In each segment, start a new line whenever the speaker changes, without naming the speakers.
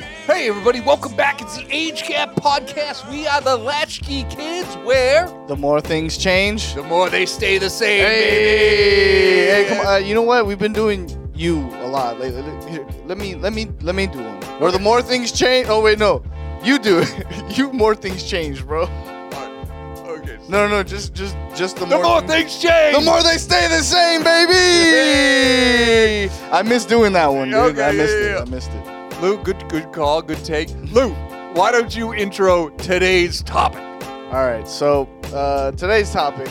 Hey, everybody, welcome back. It's the Age Gap Podcast. We are the Latchkey Kids, where
The more things change.
the more they stay the same.
Hey, hey,
baby.
come on. Uh, you know what? We've been doing you a lot lately. Let- here, Let me, let me, let me do one. Or the more things change. Oh wait, no, you do. it. you more things change, bro.
Okay.
No, no, just, just, just the,
The more things change.
The more they stay the same, baby. I missed doing that one, dude.
Okay,
I missed
yeah,
it.
yeah.
I missed it.
Lou, good, good call, good take. Lou, why don't you intro today's topic?
All right. So uh, today's topic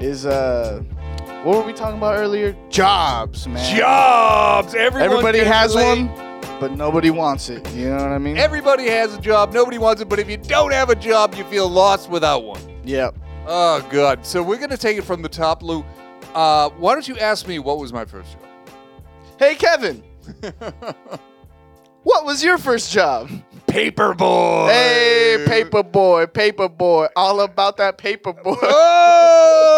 is uh, what were we talking about earlier? Jobs, man.
Jobs. Everyone
Everybody
can
has
relate.
one, but nobody wants it. You know what I mean?
Everybody has a job. Nobody wants it, but if you don't have a job, you feel lost without one.
yep.
Oh, God. So we're going to take it from the top, Lou. Uh, why don't you ask me what was my first job?
Hey, Kevin. What was your first job?
Paperboy.
Hey, paper boy, paper boy, all about that paper boy.
Oh!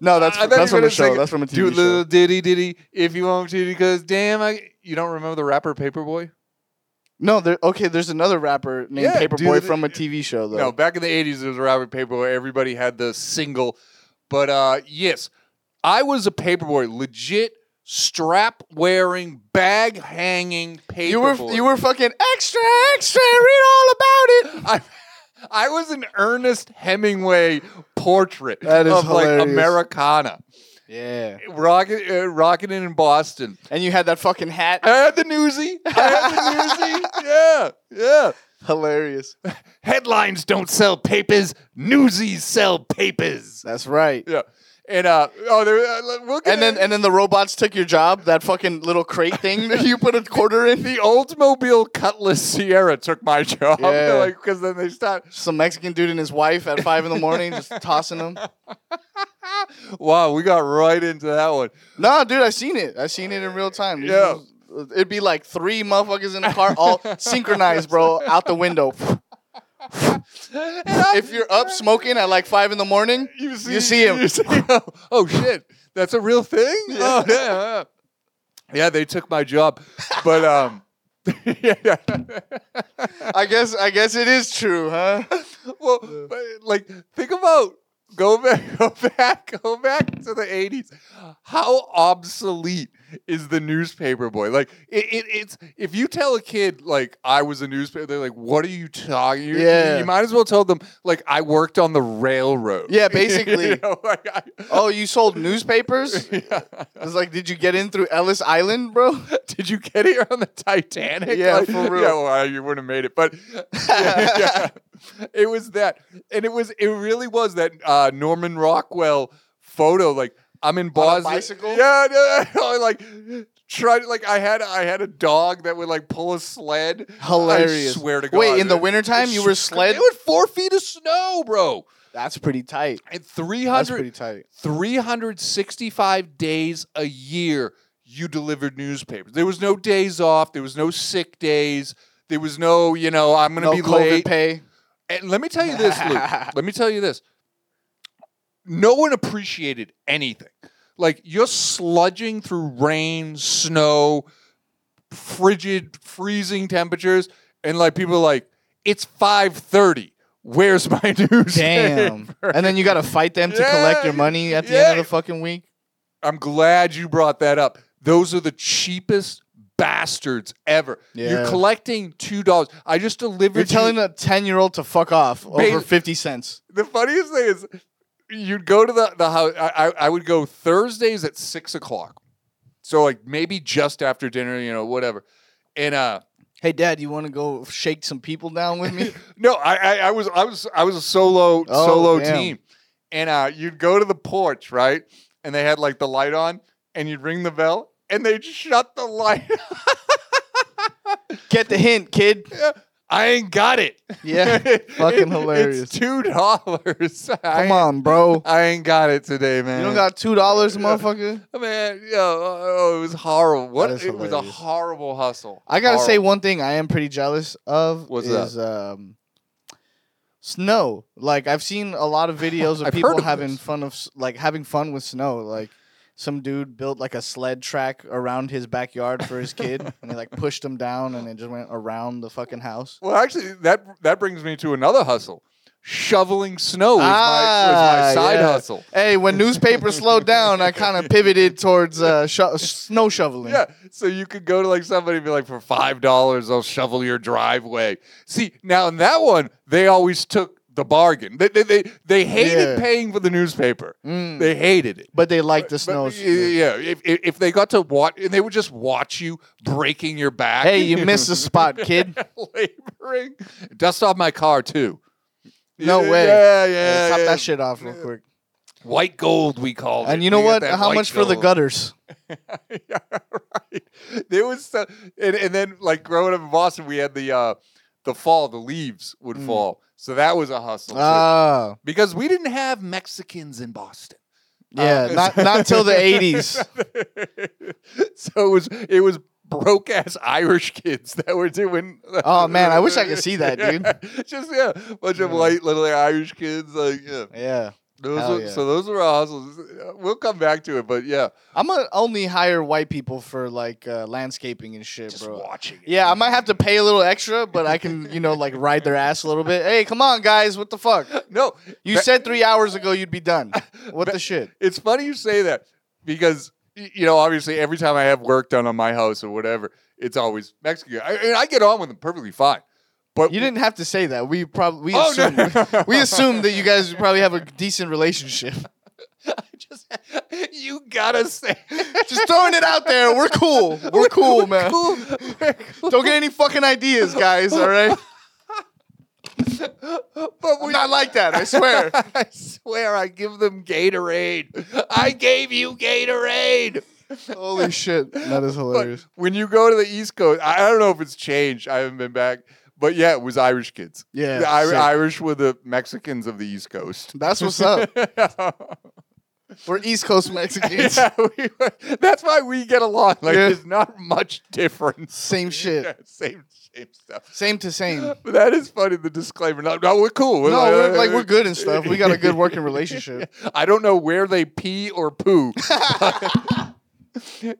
No, that's-
I thought you
that's
were
from a
gonna
show.
sing it.
That's from a TV
Do
show.
little diddy diddy if you want to, because damn, I you don't remember the rapper Paperboy?
No, there. Okay, there's another rapper named
Yeah,
Paper
dude,
Boy
it-
from a TV show though.
No, back in the '80s, there was a rapper Paperboy. Everybody had the single, but uh, yes, I was a Paperboy, legit strap wearing, bag hanging Paperboy.
you were you were fucking extra, extra. Read all about it.
I, I was an Ernest Hemingway portrait
That is
of like
hilarious.
Americana,
Yeah.
rocking uh, rocking it in Boston.
And you had that fucking hat.
I had the newsie. I had the newsie. Yeah, yeah.
Hilarious.
Headlines don't sell papers. Newsies sell papers.
That's right.
Yeah. And uh oh, there, uh, we'll get
And then and then the robots took your job. That fucking little crate thing that you put a quarter in.
the Oldsmobile Cutlass Sierra took my job.
Yeah.
They're like because then they start.
Some Mexican dude and his wife at five in the morning, just tossing them.
Wow, we got right into that one.
No, dude, I've seen it. I've seen it in real time. These
Yeah.
was- It'd be like three motherfuckers in a car, all synchronized, bro, out the window. If you're up smoking at like five in the morning,
you see,
you see him.
you oh, oh, shit, that's a real thing. Oh yeah, yeah, yeah. They took my job, but um, yeah.
I guess, I guess it is true, huh?
well, but, like think about go back, go back, go back to the '80s. How obsolete is the newspaper boy? Like it, it, it's if you tell a kid like I was a newspaper, they're like, "What are you talking?" You,
Yeah.
you might as well tell them like I worked on the railroad.
Yeah, basically.
You know, like, I-
Oh, you sold newspapers? It's like, did you get in through Ellis Island, bro?
Did you get here on the Titanic?
Yeah, for real.
Yeah, well, you wouldn't have made it, but yeah, it was that, and it was it really was that uh, Norman Rockwell photo. Like I'm in Boston.
bicycle?
Yeah, no, no, like tried like I had I had a dog that would like pull a sled.
Hilarious.
I swear to God.
Wait, in the
it-
wintertime, you were sled?
It was four feet of snow, bro.
That's pretty tight.
And 300,
That's pretty tight.
365 days a year you delivered newspapers. There was no days off, there was no sick days, there was no, you know, I'm going to be
No COVID
late.
pay.
and let me tell you this, Luke. let me tell you this. No one appreciated anything. Like you're sludging through rain, snow, frigid, freezing temperatures and like people are like it's 5:30. Where's my news?
Damn. and then you got to fight them to
Yeah,
collect your money at the end
yeah.
of the fucking week.
I'm glad you brought that up. Those are the cheapest bastards ever. You're
Yeah.
collecting two dollars. I just delivered.
You're telling
you-
a 10 year old to fuck off over
Babe-
50 cents.
the funniest thing is, you'd go to the the house. I, I I would go Thursdays at six o'clock, so like maybe just after dinner, you know, whatever. And uh,
Hey, dad, you want to go shake some people down with me?
no, I, I I was I was I was a solo
Oh,
solo
damn.
team, and uh, you'd go to the porch right, and they had like the light on, and you'd ring the bell, and they'd shut the light.
Get the hint, kid.
I ain't got it.
Yeah. fucking hilarious.
It's two dollars.
Come on, bro.
I ain't got it today, man.
You don't got $2, motherfucker?
man. Yo, oh, it was horrible. What?
That is
It was a
hilarious.
horrible hustle.
I got to say
Horrible.
one thing I am pretty jealous of
What's that?
is um, snow. Like, I've seen a lot of videos of
I've heard
people
of
having
this.
fun of, s- like, having fun with snow. Like, some dude built like a sled track around his backyard for his kid, and he like pushed him down, and it just went around the fucking house.
Well, actually, that that brings me to another hustle. Shoveling snow was, my,
Ah,
was my side
yeah.
hustle.
Hey, when newspapers slowed down, I kind of pivoted towards uh, sho- snow shoveling.
Yeah, so you could go to like somebody and be like, for five dollars, I'll shovel your driveway. See, now in that one, they always took the bargain. They they they, they hated
Yeah.
paying for the newspaper.
Mm.
They hated it.
but they like the
But,
snow.
y- yeah, if, if if they got to watch, and they would just watch you breaking your back.
Hey, you missed a spot, kid.
laboring. Dust off my car too.
No
yeah,
way.
Yeah,
Hey,
yeah.
top
yeah.
that shit off real quick.
White gold, we call it.
And you know
We got
what?
that
How
white
much for the
gold.
gutters?
yeah, right. There was stuff, and, and then like growing up in Boston, we had the uh, the fall, the leaves would
Mm.
fall, so that was a hustle too.
Ah,
because we didn't have Mexicans in Boston.
yeah.
Uh,
not not till the '80s.
so it was it was broke ass Irish kids that were doing.
Oh, man, I wish I could see that, dude.
dude. Just yeah, bunch of
Yeah.
white little Irish kids like yeah.
Yeah.
Those
Hell
were,
yeah.
so those were our hustles. We'll come back to it, but yeah,
I'm gonna only hire white people for like uh, landscaping and shit,
just
bro.
watching. It.
Yeah, I might have to pay a little extra, but I can, you know, like ride their ass a little bit. Hey, come on, guys, what the fuck?
No,
You
Ba-
said three hours ago you'd be done. What the shit?
it's funny you say that because y- you know obviously every time I have work done on my house or whatever, it's always Mexican. I, and I get on with them perfectly fine, but
You didn't have to say that. We probably we
Oh, no.
assumed we assumed that you guys probably have a decent relationship.
I just you gotta say
Just throwing it out there. We're cool. We're cool, man.
cool.
Don't get any fucking ideas, guys. All right.
but
I'm
we.
not like that. I swear.
I swear, I give them Gatorade. I gave you Gatorade.
Holy shit, that is
But
hilarious.
when you go to the East Coast, I I don't know if it's changed. I haven't been back, but yeah, it was Irish kids.
Yeah,
the Ir-
sick.
Irish were the Mexicans of the East Coast.
That's what's up.
yeah,
We're East Coast Mexicans.
we were- that's why we get along. Like,
Yeah.
there's not much difference.
Same shit.
Yeah, same, same stuff.
Same to same.
But that is funny. The disclaimer. No, no we're cool. We're uh,
No, we're like we're good and stuff. We got a good working relationship.
I don't know where they pee or poo.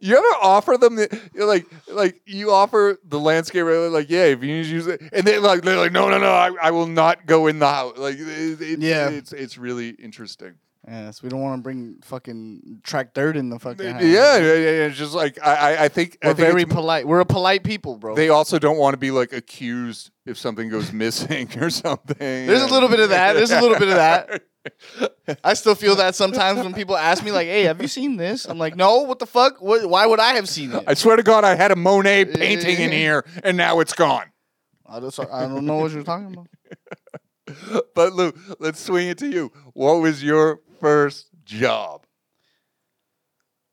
you ever offer them the, you're like like you offer the landscaper they're like yeah if you need to use it and they like they're like no no no I, I will not go in the house like it, it,
Yeah.
it's it's really interesting
Yes, we don't want to bring fucking track dirt in the fucking
yeah,
house.
yeah, yeah, it's just like I I, I think
We're
I think
very
it's-
polite. We're a polite people, bro.
they also don't want to be like accused if something goes missing or something
There's a little bit of that. There's a little bit of that. I still feel that sometimes when people ask me, like, "Hey, have you seen this?" I'm like, "No, what the fuck? What, why would I have seen it?"
I swear to God I had a Monet painting in here and now it's gone
I, just, I don't know what you're talking about.
but Lou, let's swing it to you. What was your first job?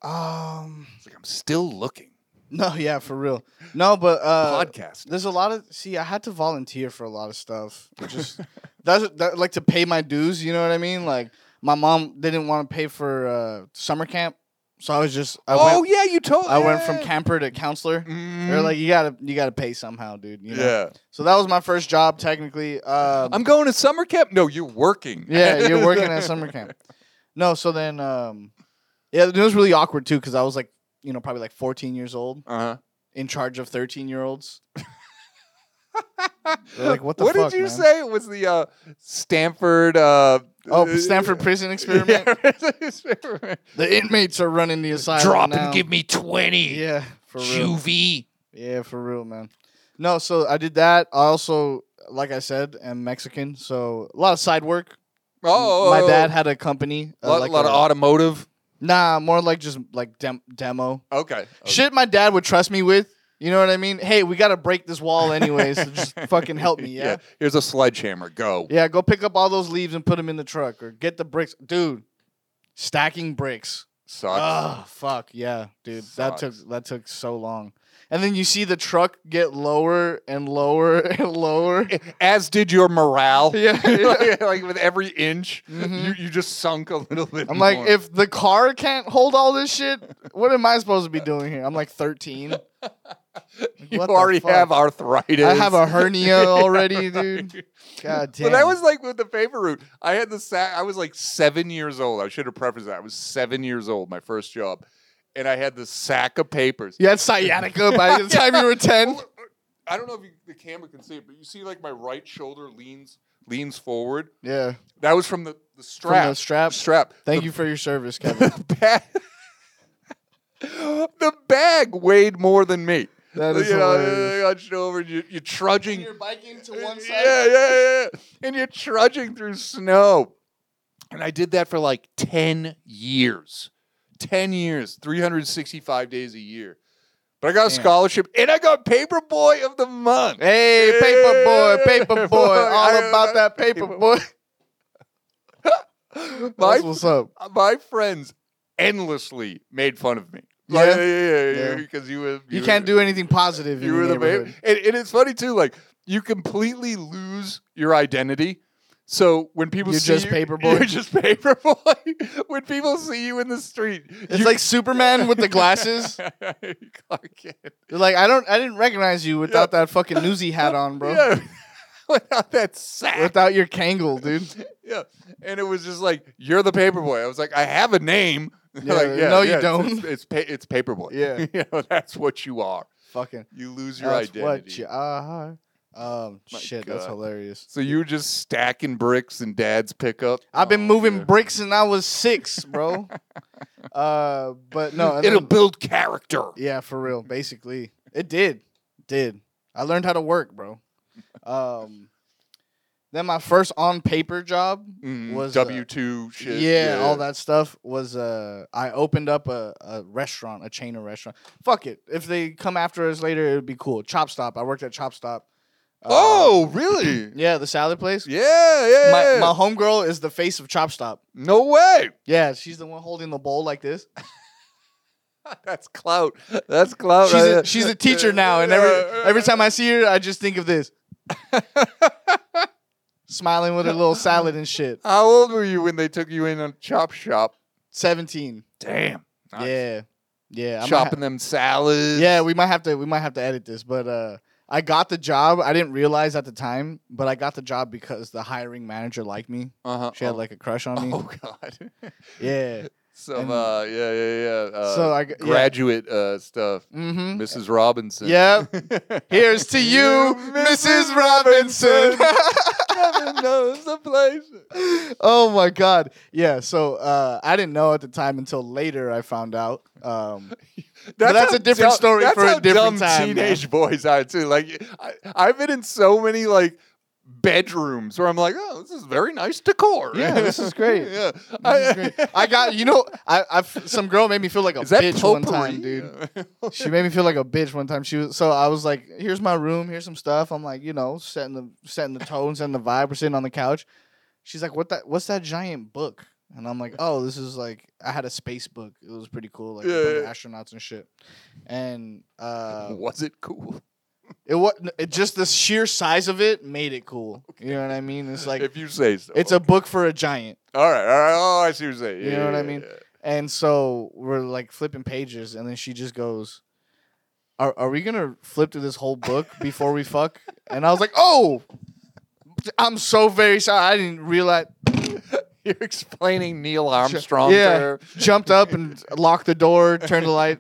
Um,
It's like I'm still looking.
no, yeah, for real. No, but uh,
Podcast.
there's a lot of see. I had to volunteer for a lot of stuff. Just that's that, like to pay my dues. You know what I mean? Like my mom didn't want to pay for uh, summer camp, so I was just I
oh
went
yeah, you told.
I went from
yeah.
camper to counselor.
Mm,
They're like, you gotta you gotta pay somehow, dude. You know?
yeah.
So that was my first job technically. Um,
I'm going to summer camp. No, you're working.
yeah, you're working at summer camp. No, so then um, yeah, it was really awkward too because I was like you know probably like 14 years old
Uh
in charge of 13 year olds.
huh.
They're like, what the
What
fuck,
did you
man?
say? It was the uh, Stanford? Uh,
Oh, Stanford prison experiment.
experiment.
The inmates are running the asylum.
Drop
now.
and give me 20.
Yeah, for real.
Juvie.
Yeah, for real, man. No, so I did that. I also, like I said, am Mexican, so a lot of side work.
Oh,
my
oh,
dad
oh.
had a company.
A
uh,
lot,
like
lot of automotive.
Nah, more like just like dem- demo
Okay. okay.
shit. My dad would trust me with. You know what I mean? Hey, we gotta break this wall anyways. so just fucking help me, yeah.
Here's a sledgehammer. Go.
Yeah, go pick up all those leaves and put them in the truck, or get the bricks, dude. Stacking bricks.
Sucks.
Oh fuck yeah, dude! That took
Sucks.
that took so long, and then you see the truck get lower and lower and lower.
As did your morale.
Uh, yeah, yeah.
like, like with every inch,
Mhm.
you, you just sunk a little bit.
I'm like,
more.
if the car can't hold all this shit, what am I supposed to be doing here? I'm like 13.
you
what the
already
fuck?
have arthritis.
I have a hernia already, dude. God damn.
But that was like with the paper route. I had the sack. I was like seven years old. I should have prefaced that. I was seven years old, my first job, and I had the sack of papers.
you had sciatica by the time you were ten.
I don't know if you, the camera can see it, but you see like my right shoulder leans leans forward.
Yeah.
That was from the, the strap.
From the strap.
Strap.
Thank you for your service, Kevin.
The bag. the bag weighed more than me.
That is
you know,
hilarious.
you hunched over, you, you're trudging.
biking to
Yeah, yeah, yeah. And you're trudging through snow. And I did that for like 10 years. 10 years, 365 days a year. But I got a
Damn.
scholarship and I got Paperboy of the Month.
Hey, paper boy,
Yeah.
paper boy, all
I-
about that paper boy.
My,
That's what's up.
my friends endlessly made fun of me. Like,
Yeah.
yeah, yeah, yeah,
Yeah.
Because you were.
You
were-
can't do anything positive.
You
in
were
the
the babe.
neighborhood.
And, and it's funny too, like you completely lose your identity. So when people
You're
see
just
you,
Paperboy?
you're just paperboy. when people see you in the street,
It's like Superman with the glasses.
Clark Kent.
They're like, I don't, I didn't recognize you without that fucking newsy hat on, bro.
Yeah, without that sack.
Without your Kangle, dude.
yeah, and it was just like you're the paperboy. I was like, I have a name. They're
Yeah,
like,
no, you
it's-
don't.
It's it's, pa- it's paperboy.
Yeah.
you know, that's what you are.
Fucking.
You lose your
that's
identity.
what you are. Um,
My
shit, that's
God.
hilarious.
so you were just stacking bricks in dad's pickup.
I've been
Oh,
moving
yeah.
bricks since I was six, bro. uh, but no, and
It'll
then-
build character.
Yeah, for real. Basically, it did. Did I learned how to work, bro? Um, then my first on paper job, Was, uh,
Mm, W two shit.
yeah, all that stuff was. Uh, I opened up a, a restaurant, a chain of restaurant. Fuck it, if they come after us later, it'd be cool. Chop Stop. I worked at Chop Stop. Uh,
Oh, really?
yeah, the salad place.
yeah, yeah.
My
yeah.
my homegirl is the face of Chop Stop.
no way.
Yeah, she's the one holding the bowl like this.
That's clout. That's clout.
She's
Oh, right
a,
there.
she's a teacher now, and every
Yeah.
every time I see her, I just think of this, smiling with her little salad and shit.
How old were you when they took you in on Chop Shop?
Seventeen.
Damn. Nice.
Yeah, yeah. I might
Chopping them
ha-
salads.
yeah, we might have to we might have to edit this, but uh, I got the job. I didn't realize at the time, but I got the job because the hiring manager liked me.
Uh-huh.
She had
oh.
like a crush on me.
Oh God.
Yeah.
Some
And-
uh yeah yeah yeah. Uh,
so I g- yeah.
graduate uh stuff.
Mm-hmm.
Mrs. Robinson.
Yep. Here's to you, Mrs. Robinson.
Heaven knows the place.
oh my god. Yeah. So uh, I didn't know at the time until later I found out. Um, But that's
how
a different
dumb-
story
that's
for a
how dumb
different time, man.
Teenage boys are too. Like I, I've been in so many like bedrooms where I'm like, oh, this is very nice decor.
Yeah, this is great.
yeah,
this is great. I got you know I I some girl made me feel like a
Is that
bitch one
potpourri?
time, dude. She made me feel like a bitch one time. She was so I was like, "Here's my room. Here's some stuff." I'm like, you know, setting the setting the tone, setting the vibe. We're sitting on the couch. She's like, "What that? What's that giant book?" And I'm like, "Oh, this is like I had a space book. It was pretty cool, like a bunch of
Yeah.
astronauts and shit." And uh,
Was it cool?
it what it just the sheer size of it made it cool. You know what I mean? It's like
if you say so.
it's a book for a giant.
all right, all right. Oh, I see what you're saying.
You
Yeah,
know what I
yeah,
mean?
yeah.
And so we're like flipping pages, and then she just goes, "Are are we gonna flip through this whole book before we fuck?" And I was like, "Oh, I'm so very sorry. I didn't realize."
You're explaining Neil Armstrong.
yeah.
to her.
Jumped up and locked the door, turned the light.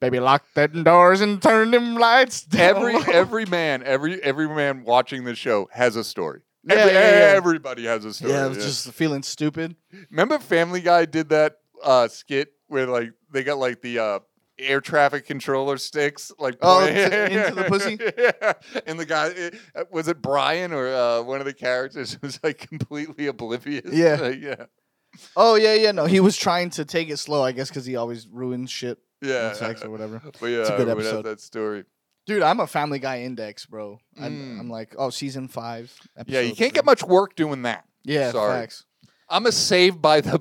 Baby, lock them doors and turn them lights down.
Every every man, every every man watching the show has a story.
Yeah,
Every-
yeah, yeah.
Everybody has a story.
yeah, I was just feeling stupid.
Remember Family Guy did that uh, skit where like they got like the uh, air traffic controller sticks like
Oh,
pointing-
t- into the pussy?
yeah. And the guy it- uh, was it Brian or uh, one of the characters was like completely oblivious.
Yeah.
Like, yeah,
Oh yeah, yeah. No, he was trying to take it slow, I guess, because he always ruins shit,
yeah.
and sex or whatever.
But yeah,
It's a good
everyone has
episode.
that story.
Dude, I'm a Family Guy index, bro. I'm,
Mm.
I'm like, oh, season five. Episode
yeah, you can't
three.
get much work doing that.
Yeah,
Sorry.
facts.
I'm a Saved by the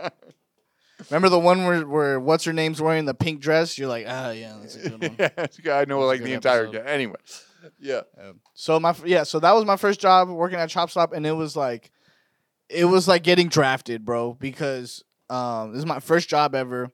Bell.
Remember the one where, where what's her name's wearing the pink dress? You're like, ah, yeah, that's a good one.
yeah, I know, like
good
the entire
episode.
game. Anyway, yeah.
Um, so my f- yeah, so that was my first job working at Chop Stop, and it was like, it was like getting drafted, bro. Because um, this is my first job ever.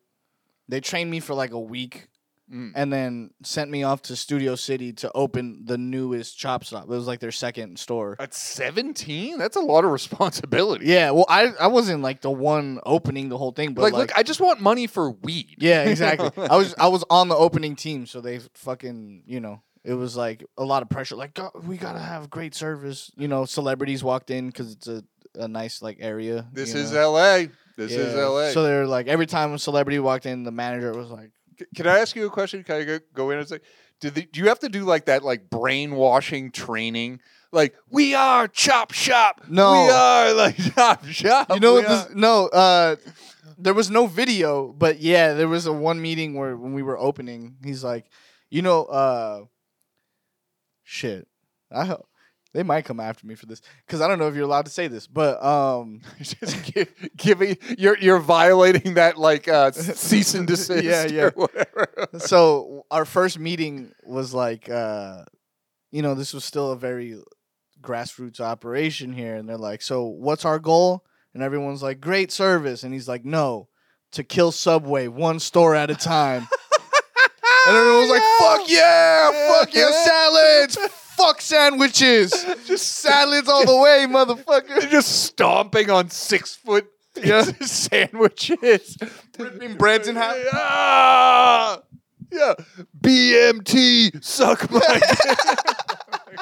They trained me for like a week,
Mm.
and then sent me off to Studio City to open the newest chop shop. It was like their second store.
At 17? That's a lot of responsibility.
Yeah, well, I I wasn't like the one opening the whole thing, but
like,
like,
look, I just want money for weed.
yeah, exactly. I was I was on the opening team, so they fucking you know it was like a lot of pressure. Like "Go- we gotta have great service. You know, celebrities walked in because it's a a nice like area.
This
you
is
know?
LA. This is
Yeah.
LA.
So they're like every time a celebrity walked in, the manager was like.
C- Can I ask you a question? Can I go, go in and say, did the, do you have to do like that, like brainwashing training? Like, we are Chop Shop.
No.
We are like Chop Shop.
you know
we
what this
are."
no uh there was no video but yeah there was a one meeting where when we were opening he's like you know uh shit i ho- they might come after me for this because i don't know if you're allowed to say this but um
just give, giving, you're, you're violating that like uh, cease and desist
Yeah, yeah.
or whatever.
so our first meeting was like uh you know this was still a very grassroots operation here and they're like so what's our goal and everyone's like great service and he's like no to kill subway one store at a time and everyone's like fuck yeah fuck yeah salads fuck sandwiches
Just
salads all the way
They're
motherfucker
just stomping on six foot
Yeah.
sandwiches,
Ripping breads in half.
Ah! yeah, BMT, suck my. dick.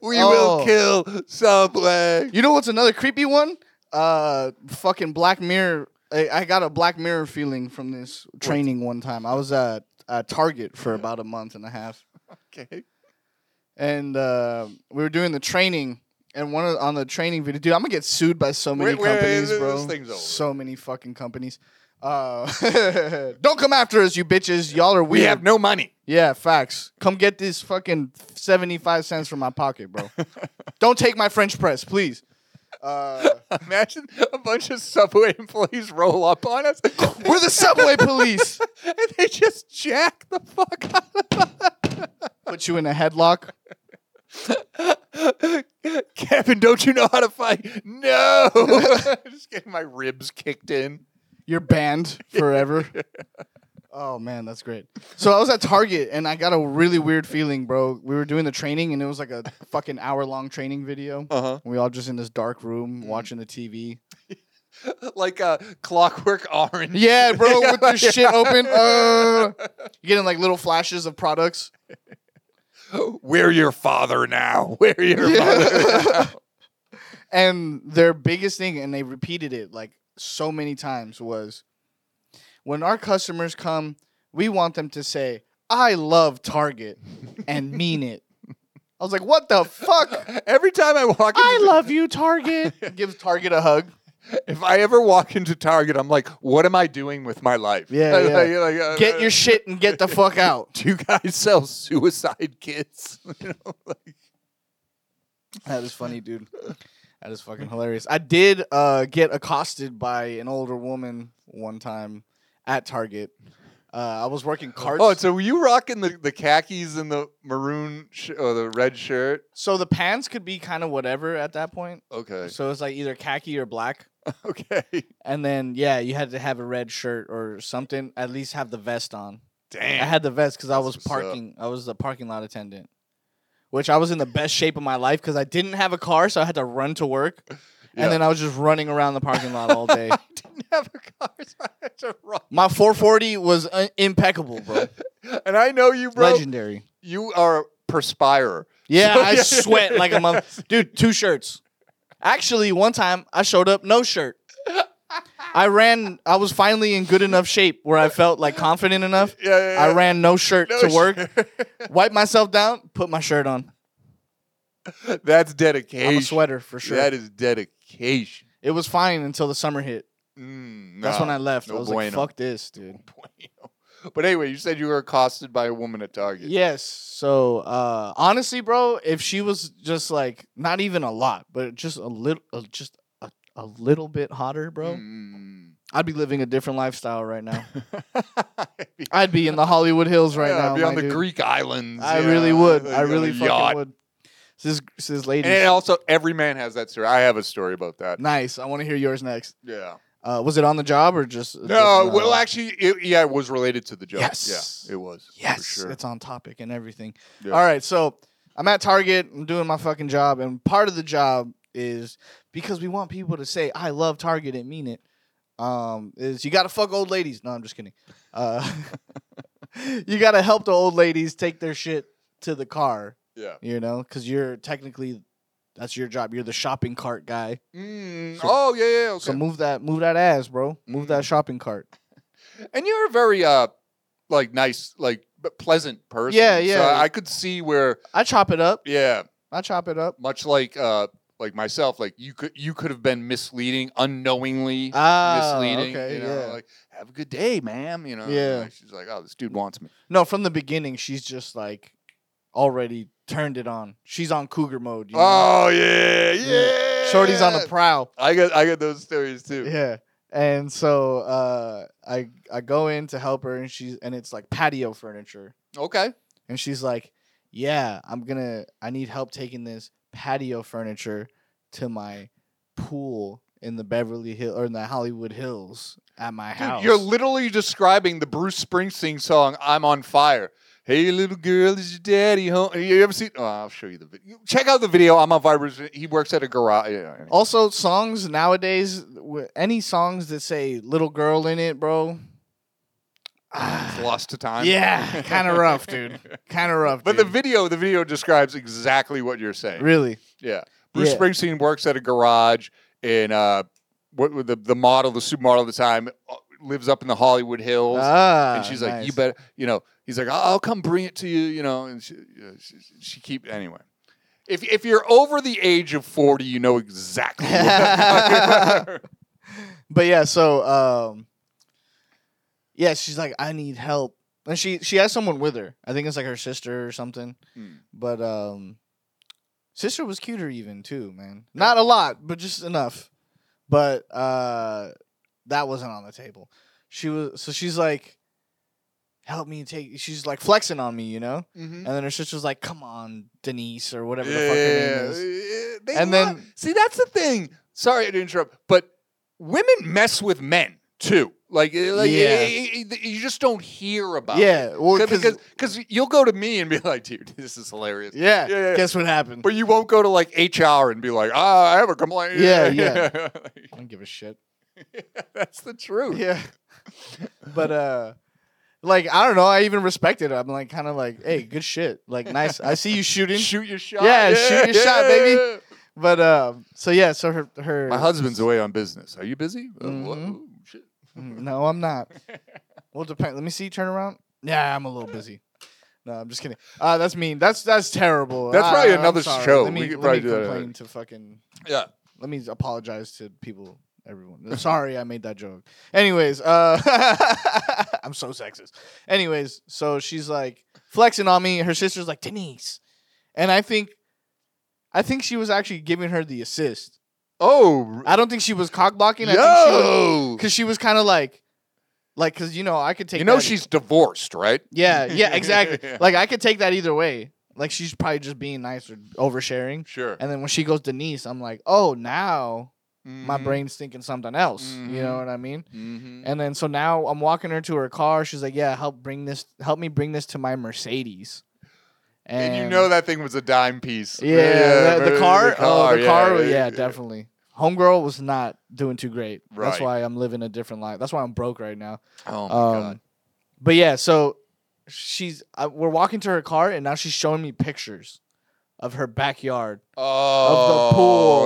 we
Oh.
will kill Subway.
you know what's another creepy one uh fucking black mirror I, I got a black mirror feeling from this training one time i was at, at target for about a month and a half
Okay.
and uh, we were doing the training. And one of, on the training video, dude, I'm gonna get sued by so many
Wait, wait, wait,
companies,
this-
bro.
this thing's over.
So many fucking companies. Uh, don't come after us, you bitches. Y'all are
We
weird.
have no money.
yeah, facts. Come get this fucking seventy five cents from my pocket, bro. don't take my French press, please. Uh,
Imagine a bunch of Subway employees roll up on us.
we're the subway police.
and they just jack the fuck out
Put you in a headlock.
Kevin, don't you know how to fight? No. Just getting my ribs kicked in.
You're banned forever. oh man, that's great. So I was at Target and I got a really weird feeling, bro. We were doing the training and it was like a fucking hour long training video.
Uh
We all just in this dark room watching the TV.
huh. Like uh, clockwork orange.
Yeah, bro, with the shit open. Uh, you getting like little flashes of products.
We're your father now. We're your
Yeah.
mother. now.
And their biggest thing, and they repeated it like so many times, was when our customers come, we want them to say, I love Target and mean it. I was like, what the fuck?
Every time I walk, into,
I love you, Target. Gives Target a hug.
If I ever walk into Target, I'm like, what am I doing with my life?
Yeah, yeah.
Like, like, uh,
Get your shit and get the fuck out.
Do you guys sell suicide kits? you know, like,
That is funny, dude. That is fucking hilarious. I did uh, get accosted by an older woman one time at Target. Uh, I was working carts.
oh, so were you rocking the, the khakis and the maroon sh- or the red shirt?
so the pants could be kind of whatever at that point.
Okay.
So it's like either khaki or black.
Okay.
And then yeah, you had to have a red shirt or something. At least have the vest on. I
Damn.
had the vest because I
That's
was
what's up.
parking. I was the parking lot attendant, which I was in the best shape of my life because I didn't have a car, so I had to run to work,
Yeah.
and then I was just running around the parking lot all day.
I didn't have a car, so I had to run.
My 440 was uh, impeccable, bro.
And I know you, bro.
Legendary.
You are a perspirer.
Yeah,
So-
I sweat like a mother. Dude, two shirts. Actually, one time I showed up no shirt. I ran. I was finally in good enough shape where I felt like confident enough.
Yeah, yeah,
I
yeah.
ran no shirt
No
to work,
shirt.
wiped myself down, put my shirt on.
That's dedication.
I'm a sweater for sure.
That is dedication.
It was fine until the summer hit.
Mm,
That's
nah.
when I left.
no
I was
bueno.
like, fuck this, dude.
Bueno. But anyway, you said you were accosted by a woman at Target.
Yes. So uh, honestly, bro, if she was just like not even a lot, but just a little, uh, just a, a little bit hotter, bro,
Mm.
I'd be living a different lifestyle right now. I'd be in the Hollywood Hills right
Yeah,
now.
be on
my
the
dude.
Greek islands.
I
you
really
know,
would.
like on
I
a
really fucking
yacht.
would. This is, this is ladies.
And also, every man has that story. I have a story about that.
nice. I want to hear yours next.
Yeah.
Uh, was it on the job or just?
No,
just,
well,
uh,
actually, it, yeah, it was related to the joke.
Yes.
Yeah, it was. for
Yes,
sure.
it's on topic and everything.
Yeah.
All right, so I'm at Target. I'm doing my fucking job, and part of the job is because we want people to say I love Target and mean it. Um, is you gotta fuck old ladies? No, I'm just kidding. Uh, you gotta help the old ladies take their shit to the car.
Yeah.
You know, because you're technically that's your job. You're the shopping cart guy.
Mm,
So-
oh yeah, yeah. Mm-hmm.
So
Okay.
move that, move that ass, bro. Move that shopping cart.
and you're a very uh, like nice, like b- pleasant person.
Yeah,
So
yeah.
I could see where,
I chop it up.
yeah,
I chop it up.
much like uh, like myself, like you could you could have been misleading unknowingly.
Ah,
misleading,
okay,
you know,
yeah.
like have a good day, ma'am. You know,
Yeah.
like, she's like, oh, this dude wants me.
No, from the beginning, she's just like already turned it on. She's on cougar mode. You know?
Oh yeah, yeah.
Shorty's on the prowl.
I got I got those stories too.
Yeah. And so uh, I I go in to help her, and she's and it's like patio furniture,
Okay.
and she's like, "Yeah, I'm gonna. I need help taking this patio furniture to my pool in the Beverly Hill or in the Hollywood Hills at my
Dude,
house."
you're literally describing the Bruce Springsteen song "I'm on Fire." Hey, little girl, is your daddy home? You ever seen? Oh, I'll show you the video. Check out the video. I'm on Fire. Bruce- He works at a garage. Yeah, anyway.
Also, songs nowadays, w- any songs that say "little girl" in it, bro. ah,
It's lost to time.
yeah, kind of rough, dude. Kind of rough.
But the
dude.
video, the video describes exactly what you're saying.
really,
Yeah. Bruce
Yeah.
Springsteen works at a garage, and uh, what were the the model, the supermodel at the time, uh, lives up in the Hollywood Hills.
ah,
and she's like, "You
nice.
better," you know. He's like, "I'll I'll come bring it to you," you know. And she, you know, she, she keep anyway. If if you're over the age of forty, you know exactly. what I'm talking
But yeah, so um, yeah, she's like, "I need help," and she she has someone with her. I think it's like her sister or something.
Hmm.
But um, sister was cuter even too, man. Not a lot, but just enough. But uh, that wasn't on the table. She was so she's like, "Help me take." She's like flexing on me, you know.
Mhm.
And then her sister's like, "Come on, Denise or Mm-hmm. whatever
Yeah,
the fuck her name
yeah,
is."
yeah. They
And
love-
then-
see, that's the thing. Sorry to interrupt, but women mess with men too. Like, eh, like eh,
Yeah.
eh, eh, you just don't hear about. it.
Yeah, well,
'Cause-
cause,
because because you'll go to me and be like, "Dude, this is hilarious."
yeah,
Yeah, yeah.
guess what happened?
But you won't go to like HR and be like, "Ah, I have a complaint."
Yeah, yeah. I don't give a shit.
That's the truth.
Yeah, but uh, like I don't know. I even respected it. I'm like kind of like, hey, good shit. Like nice. I see you shooting.
Shoot your shot.
Yeah, shoot your shot, baby. But um, so yeah, so her her.
My husband's away on business. Are you busy? Uh, what-
Mhm.
ooh, shit.
Mm, No, I'm not. Well, depend. Let me see. Turn around. Yeah, I'm a little busy. No, I'm just kidding. Uh, that's mean. That's that's terrible.
That's
I-
probably
I'm
another
sorry.
show.
Let
We
me,
could
let
probably
me
do that another-
complain to fucking.
Yeah.
Let me apologize to people, everyone. Sorry, I made that joke. Anyways, uh, I'm so sexist. Anyways, so she's like flexing on me. Her sister's like Denise, and I think, I think she was actually giving her the assist.
Oh,
I don't think she was cock blocking. I think she was
yo.
because she was kind of like, like, because you know, I could take.
You know
that- e
she's divorced, right?
Yeah, yeah, exactly.
Yeah.
Like I could take that either way. Like she's probably just being nice or oversharing.
Sure.
And then when she goes Denise, I'm like, oh, now my
Mhm.
brain's thinking something else. You know
Mhm.
what I mean?
Mhm.
And then so now I'm walking her to her car. She's like, yeah, help bring this, help me bring this to my Mercedes.
And, you know that thing was a dime piece.
yeah, the, the,
but-
car, oh, the car, yeah,
yeah.
definitely. Homegirl was not doing too great. That's
Right.
why I'm living a different life. That's why I'm broke right now.
Oh my
Um,
god.
but yeah, so she's uh, we're walking to her car, and now she's showing me pictures of her backyard.
Oh,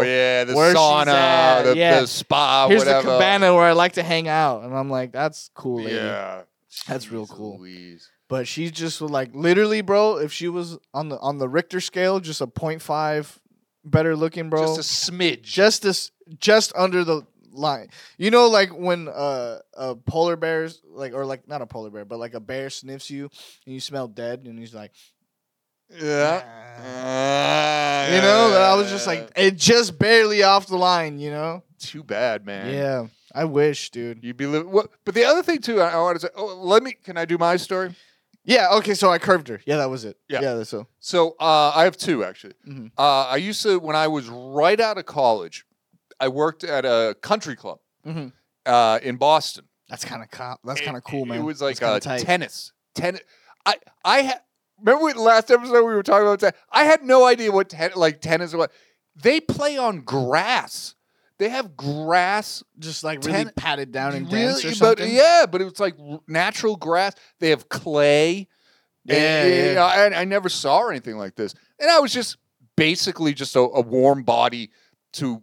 pool,
Yeah, the
where she's at,
sauna, the,
yeah.
the spa,
Here's
whatever.
the cabana where I like to hang out, and I'm like, that's cool, lady.
Yeah.
That's real
Jeez
cool.
Louise.
But she just was like, literally, bro. If she was on the on the Richter scale, just a 0.5 better looking, bro.
Just a smidge.
just this just under the line you know like when uh a polar bears like or like not a polar bear but like a bear sniffs you and you smell dead and he's like
yeah.
"Ah." you
You
know that i was just like it just barely off the line you know
too bad, man.
yeah i wish dude
You'd be living. What, but the other thing too, I, I want to say. Oh, let me. Can I do my story?
yeah okay so i curved her yeah that was it yeah,
Yeah.
that's so
So uh, I have two actually.
Mhm.
Uh, I used to when I was right out of college, I worked at a country club.
Mhm.
uh, in Boston.
That's kind of cop. That's
It-
kind of cool, man.
It was like
That's
uh,
kinda tight.
tennis. Tennis. I I ha- remember we, last episode we were talking about that. I had no idea what ten- like tennis was. They play on grass. They have grass
just like really
ten-
patted down and
Really,
danced or
but
something.
yeah, but it was like r- natural grass. They have clay. And,
Yeah,
you
yeah.
know, and I never saw anything like this. And I was just basically just a, a warm body to,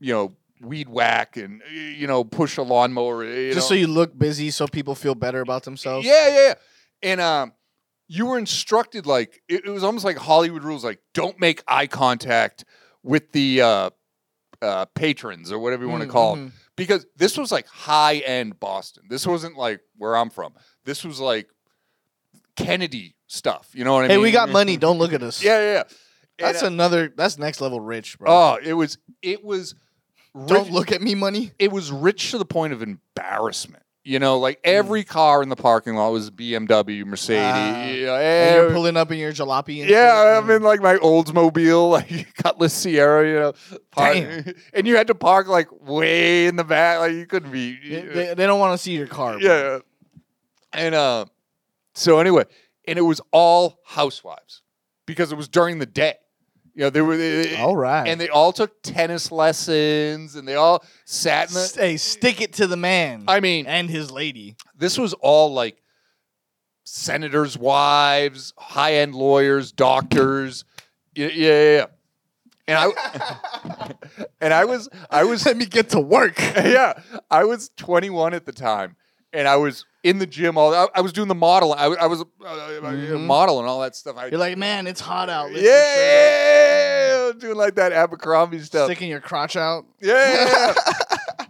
you know, weed whack and y- you know push a lawnmower. You
just so
know.
you look busy, so people feel better about themselves.
yeah, yeah, yeah. And um, you were instructed like it, it was almost like Hollywood rules, like don't make eye contact with the uh, uh, patrons or whatever you want to
Mm,
call 'em
mhm.
because this was like high end Boston. This wasn't like where I'm from. This was like Kennedy stuff. You know what I
Hey,
mean? mm-hmm.
we got money. Don't look at us.
Yeah, yeah. yeah. And,
that's
uh,
another. That's next level rich, bro.
oh, it was it was rich,
Don't look at me, money.
it was rich to the point of embarrassment. You know, like
Hmm.
every car in the parking lot was BMW, Mercedes.
Ah.
you know,
And you're
every-
pulling up in your jalopy. And
yeah,
shit.
I mean, like my Oldsmobile, like Cutlass Sierra, you know,
Damn.
and you had to park like way in the back, like you couldn't be.
they, they- they don't want to see your car. bro.
Yeah. And uh, so anyway, and it was all housewives because it was during the day. You know, they were they, they-
All right.
and they all took tennis lessons and they all sat in
S-
the
hey, stick it to the man.
I mean,
and his lady.
this was all like senators' wives, high-end lawyers, doctors. Yeah, yeah, yeah. yeah. And I and I was I was
Let me get to work.
yeah, I was 21 at the time, and I was in the gym all. I, I was doing the model. I, I was uh, a
Mhm.
model and all that stuff. I,
You're like, man, it's hot out.
yeah,
Lift your shirt
yeah, yeah, doing like that Abercrombie
up.
stuff.
sticking your crotch out.
Yeah, yeah, yeah.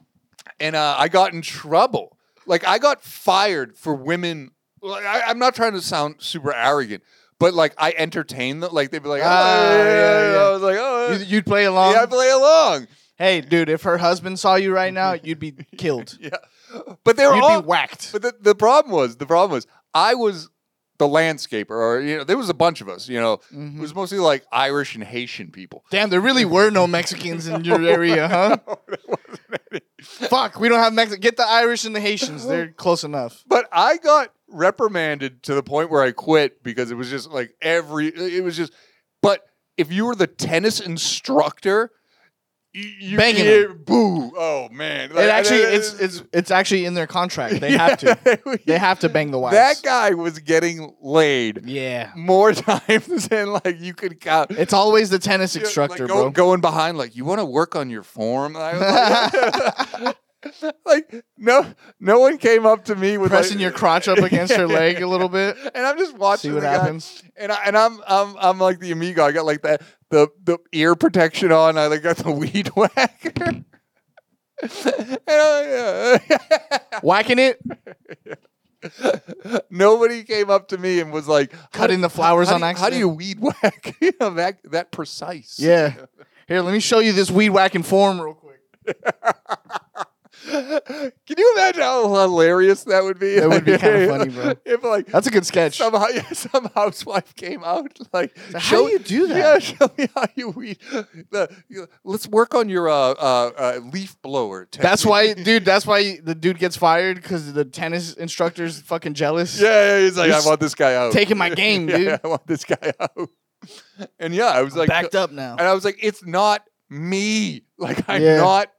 and uh, I got in trouble. Like I got fired for women. Like, I, I'm not trying to sound super arrogant, but like I entertained them. Like they'd be like, oh,
Ah,
yeah, yeah,
yeah,
yeah."
yeah.
I was like, oh,
You, you'd play along.
yeah, I play along.
hey, dude, if her husband saw you right now, you'd be killed.
Yeah, but they were
you'd
all
be whacked.
But the, the problem was the problem was I was the landscaper, or you know, there was a bunch of us. You know,
Mhm.
it was mostly like Irish and Haitian people.
Damn, there really were no Mexicans in your area, huh? Fuck, we don't have Mexican. Get the Irish and the Haitians. They're close enough.
But I got reprimanded to the point where I quit because it was just like every it was just. But if you were the tennis instructor. You, you,
Banging
you- boo! Oh man!
It actually, it's it's it's actually in their contract. They have to. They have to bang the wives.
That guy was getting laid
yeah,
more times than like you could count.
it's always the tennis
Yeah, like,
instructor,
go-
bro.
Going behind, like you want to work on your form. And I was like, like, no, no one came up to me with
Pressing
like-
your crotch up against her leg a little bit.
and I'm just watching
See what
the guy,
happens.
and I, and I'm I'm I'm like the amigo. I got like that the the ear protection on. I like, got the weed whacker. and I, uh,
Whacking it,
nobody came up to me and was like how
Cutting
do-
the flowers
how
on
do you- How do
accident.
you weed whack? you know that that precise.
yeah. Here, let me show you this weed whacking form real quick.
Can you imagine how hilarious that would be?
That would be kinda funny, bro.
If like
That's a good sketch.
somehow yeah, some housewife came out, like
So how
show
do you do that?
Yeah, show me how you weed. The, you- let's work on your uh, uh, uh, leaf blower. Technique.
That's why, dude. That's why the dude gets fired because the tennis instructor's fucking jealous.
Yeah, yeah, he's like,
You're
I want this guy out.
taking my game,
Yeah,
dude.
I want this guy out. And yeah, I was like,
backed up now.
and I was like, it's not me. Like I'm
Yeah.
not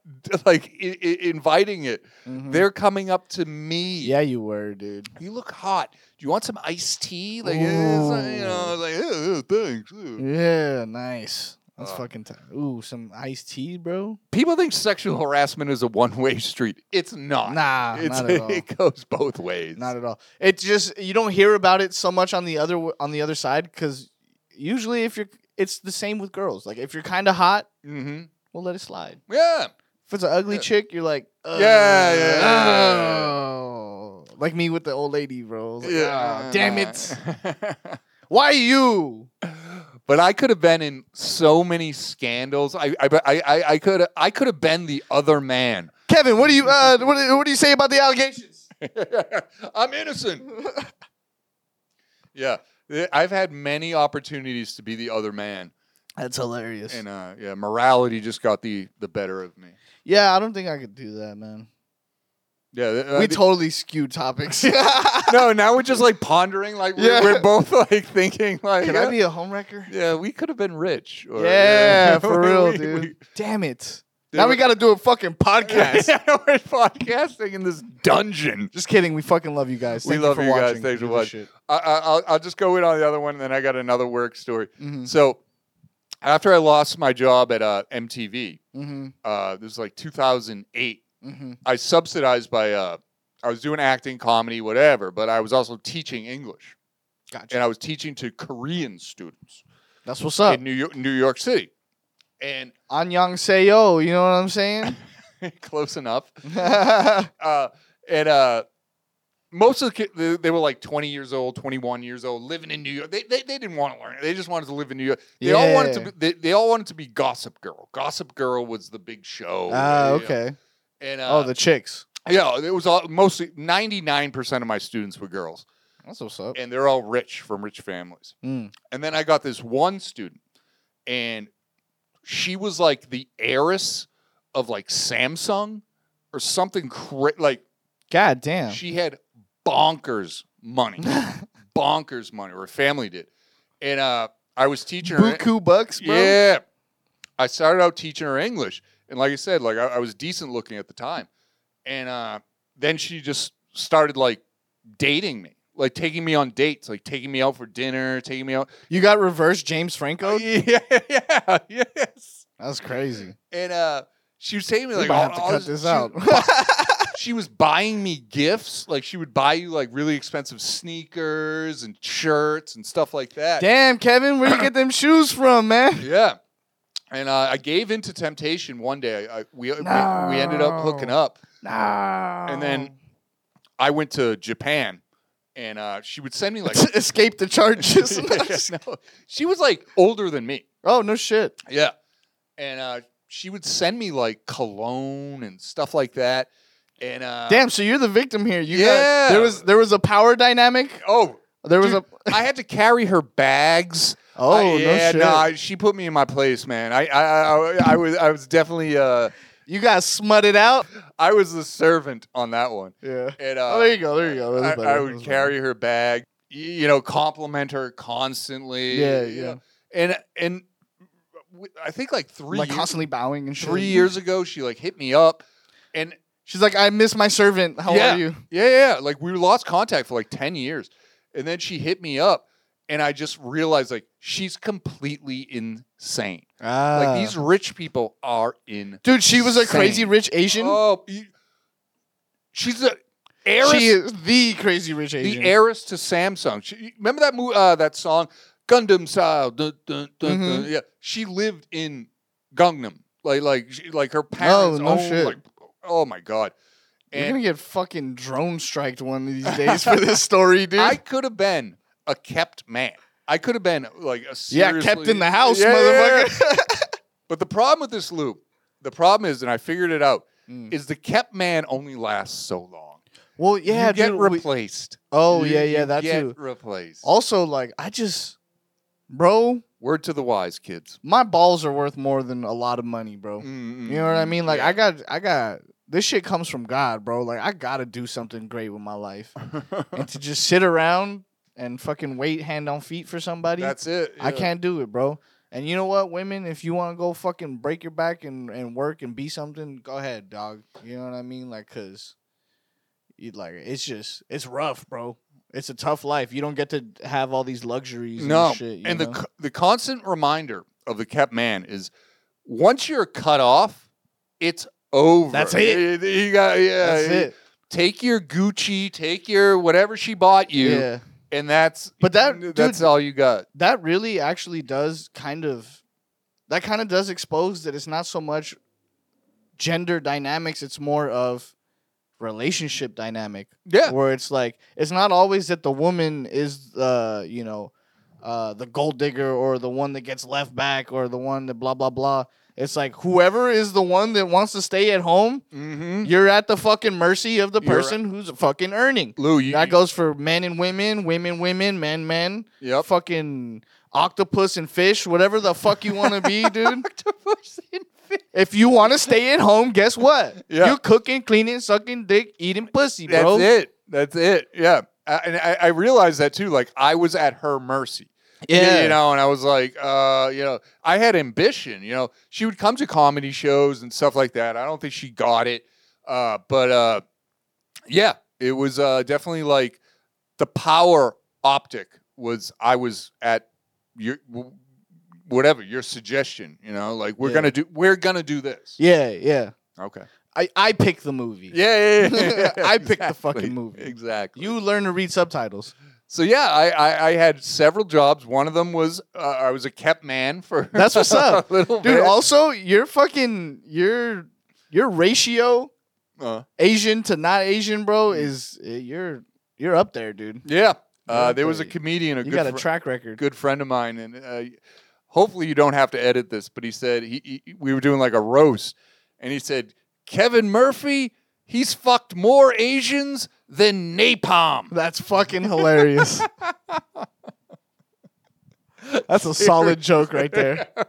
like I- I- inviting it.
Mhm.
They're coming up to me.
Yeah, you were, dude.
you look hot. Do you want some iced tea? Like, eh, it's like, you know, I was like, "Ew, ew, thanks. ew."
Yeah, nice. That's
Uh.
fucking tight. Ooh, some iced tea, bro.
People think sexual harassment is a one-way street. It's not.
Nah,
Ah, it's,
not at all.
It goes both ways.
Not at all. It's just you don't hear about it so much on the other w- on the other side because usually if you're, it's the same with girls. Like if you're kind of hot,
hmm
we'll let it slide.
Yeah.
If it's an ugly
Yeah.
chick, you're like,
Yeah, yeah, yeah, yeah, yeah, yeah.
oh. Like me with the old lady, bro. I was like,
yeah.
"Ah, damn it. Why you?
but I could have been in so many scandals. I, I, I, I- I could, I could have been the other man.
Kevin, what do you uh, what, do- what do you say about the allegations?
I'm innocent. Yeah, I've had many opportunities to be the other man.
That's hilarious.
and uh, yeah, morality just got the the better of me.
Yeah, I don't think I could do that, man.
Yeah, th-
we
that'd be-
totally skewed topics. Can
no. Now we're just like pondering, like we're,
Yeah.
we're both like thinking, like,
I be a homewrecker?
yeah, we could have been rich. Or,
Yeah, for
we-
real,
we-
dude. Damn it!
we-
now we got to do a fucking podcast.
Yeah, we're podcasting in this dungeon.
Just kidding. We fucking love you guys.
We
Thank
love
for
you guys.
watching.
Thanks for
Give a
watching.
shit.
I, I, I'll, I'll just go in on the other one, and then I got another work story.
Mhm.
So after I lost my job at uh, MTV,
Mhm.
uh, this was like 2008.
Mhm.
I subsidized by uh, I was doing acting, comedy, whatever, but I was also teaching English,
Gotcha.
and I was teaching to Korean students
That's what's up.
in New York, New York City, and
Anyang Seyo. You know what I'm saying?
close enough.
mm-hmm.
uh, and uh, most of the kids, they, they were like 20 years old, 21 years old, living in New York. They, they, they didn't want to learn. They just wanted to live in New York. They all wanted to.
Yeah.
Be, they, they all wanted to be Gossip Girl. Gossip Girl was the big show.
Ah,
you know.
okay.
And Oh, uh,
oh, the chicks.
yeah, it was all, mostly 99 percent of my students were girls,
That's what's up.
and they're all rich from rich families.
Mm.
And then I got this one student, and she was like the heiress of like Samsung or something cra- like
God damn.
She had bonkers money, bonkers money. Her family did, and uh, I was teaching her.
Buku bucks, bro.
Yeah, I started out teaching her English, and like I said, like I, I was decent looking at the time, and uh, then she just started like dating me, like taking me on dates, like taking me out for dinner, taking me out.
You got reverse James Franco.
Oh, yeah, yeah, yes.
That's crazy.
And uh, she was taking me
we
like, oh,
might
all-
have to
all
cut this
she-
out.
she was buying me gifts. Like she would buy you like really expensive sneakers and shirts and stuff like that.
Damn, Kevin, where you get them shoes from, man?
Yeah. And uh, I gave in to temptation one day. I, we, we we ended up hooking
No.
up.
No.
And
And
then I went to Japan, and uh, she would send me like.
escape the charges.
no, she was like older than me.
oh no shit.
Yeah. And uh, she would send me like cologne and stuff like that. And uh,
Damn, so you're the victim here. You
Yeah.
got, there was there was a power dynamic.
Oh,
There was
Dude,
a
I had to carry her bags.
Oh,
I-
no
yeah,
shit.
nah, she put me in my place, man. I, I, I, I- I was, I was definitely, uh,
You got smutted out.
I was the servant on that one.
Yeah.
And uh,
oh, there you go. There you go. That was
I,
better.
I
That
would
was
carry her bag, y- you know, compliment her constantly.
Yeah,
you
yeah.
know. And and w- I think like
better.
three,
like
years-
constantly bowing and shit.
three years ago, she like hit me up, and
She's like, I miss my servant. How
Yeah.
are you?
Yeah, yeah. Like we lost contact for like 10 years. And then she hit me up and I just realized like she's completely insane.
Ah.
like these rich people are in
Dude, she was a crazy
Insane.
rich Asian.
Oh, you- she's the heiress
she is the crazy rich Asian.
the heiress to Samsung. She, remember that movie uh, that song Gundam style. Dun, dun, dun, dun.
Mm-hmm.
Yeah. She lived in Gangnam. Like like she, like her parents
no
owned,
shit.
like oh my god.
You're
And
gonna get fucking drone striked one of these days for this story, dude.
I could have been a kept man. I could have been like a
yeah, kept
seriously-
in the house,
Yeah, yeah, yeah.
motherfucker.
But the problem with this loop, the problem is, and I figured it out,
Mm.
is the kept man only lasts so long.
Well, yeah,
you get
dude. we-
replaced.
oh,
You-
yeah,
you
yeah, that
get
too.
Replaced.
Also, like, I just, bro,
Word to the wise, kids.
my balls are worth more than a lot of money, bro. You know what
Mm,
I mean? Like, I got, I got this shit comes from God, bro. Like, I gotta do something great with my life,
I.
and to just sit around and fucking wait hand on feet for somebody.
That's it.
I
yeah.
can't do it, bro. And you know what, women, if you want to go fucking break your back and, and work and be something, go ahead, dog. You know what I mean? Like, cause you like it's just it's rough, bro. It's a tough life. You don't get to have all these luxuries.
No,
and, shit, you
and
know?
the co- the constant reminder of the kept man is, once you're cut off, it's over.
That's it.
You, you got yeah.
that's
you-
it.
take your Gucci, take your whatever she bought you,
Yeah,
and that's
But that-
that's
dude-
all you got.
that really actually does kind of that kind of does expose that it's not so much gender dynamics. It's more of relationship dynamic.
Yeah,
where it's like it's not always that the woman is uh you know uh the gold digger or the one that gets left back or the one that blah blah blah it's like whoever is the one that wants to stay at home
mm-hmm.
you're at the fucking mercy of the
You're-
person who's fucking earning
Lou, you,
that
you-
goes for men and women women women men men
Yep.
fucking octopus and fish, whatever the fuck you want to be, dude.
Octopus and fish.
If you want to stay at home, guess what?
Yeah.
You're cooking, cleaning, sucking dick, eating pussy,
That's
bro.
it. That's it. Yeah. I, and I, I realized that too. Like I was at her mercy. Y-
Yeah.
You know, and I was like, uh, you know, I had ambition. You know, she would come to comedy shows and stuff like that. I don't think she got it. Uh, but uh, yeah, it was uh, definitely like the power optic was I was at your w- whatever your suggestion. You know, like we're
Yeah.
gonna do we're gonna do this.
Yeah, yeah.
Okay.
I, I pick the movie.
Yeah, yeah, yeah, yeah.
I picked the
Exactly.
fucking movie.
Exactly.
You learn to read subtitles.
So yeah, I, I I had several jobs. One of them was uh, I was a kept man for
That's what's up.
a little
Dude,
bit.
also your fucking your your ratio
Uh,
Asian to not Asian, bro,
Mm.
is uh, you're you're up there, dude.
yeah, uh,
Yeah,
there was a
but
comedian, a
You
good
got a
fri-
track record.
good friend of mine, and uh, hopefully you don't have to edit this, but he said he, he we were doing like a roast, and he said Kevin Murphy, he's fucked more Asians than napalm.
That's fucking hilarious. That's a solid joke right there.
and,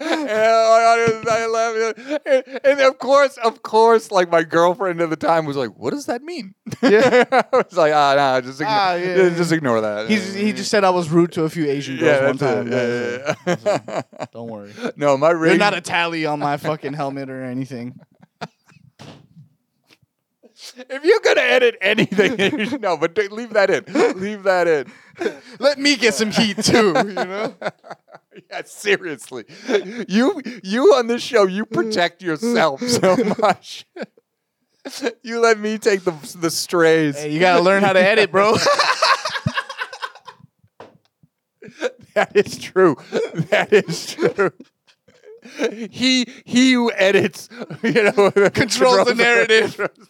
I- I- I laughed. And- and of course, of course, like my girlfriend at the time was like, "What does that mean?"
Yeah.
I was like, ah, nah, just ignore,
Ah, yeah,
just ignore that.
He's, he just said I was rude to a few Asian girls
yeah,
one
that's
time.
it.
That was
Yeah,
it.
yeah, yeah.
Don't worry.
no, my ring.
There's not a tally on my fucking helmet or anything.
if you're gonna edit anything, no, but d- leave that in. Leave that in.
Let me get some heat too, you know?
Yeah, seriously, you you on this show, you protect yourself so much. you let me take the the strays.
Hey, you gotta learn how to edit, bro.
That is true. That is true. He he who edits, you know, controls,
Controls the
controls
narrative.
the narrative.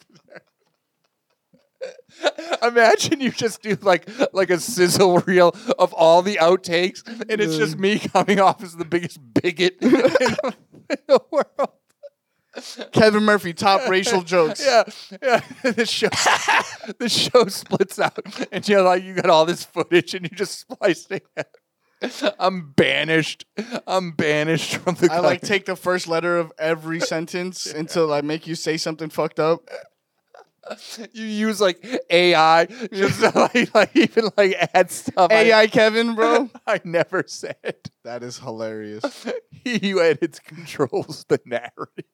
Imagine you just do like like a sizzle reel of all the outtakes, and it's just me coming off as the biggest bigot in the, in the world.
Kevin Murphy, top racial jokes.
Yeah, yeah. The show, the show splits out, and you're like, you got all this footage, and you just spliced it. out. I'm banished. I'm banished from the.
I like
country.
take the first letter of every sentence until I make you say something fucked up.
you use like AI, just to, like, like even like add stuff. I-
AI Kevin, bro.
I never said.
That is hilarious.
He who edits controls the narrative.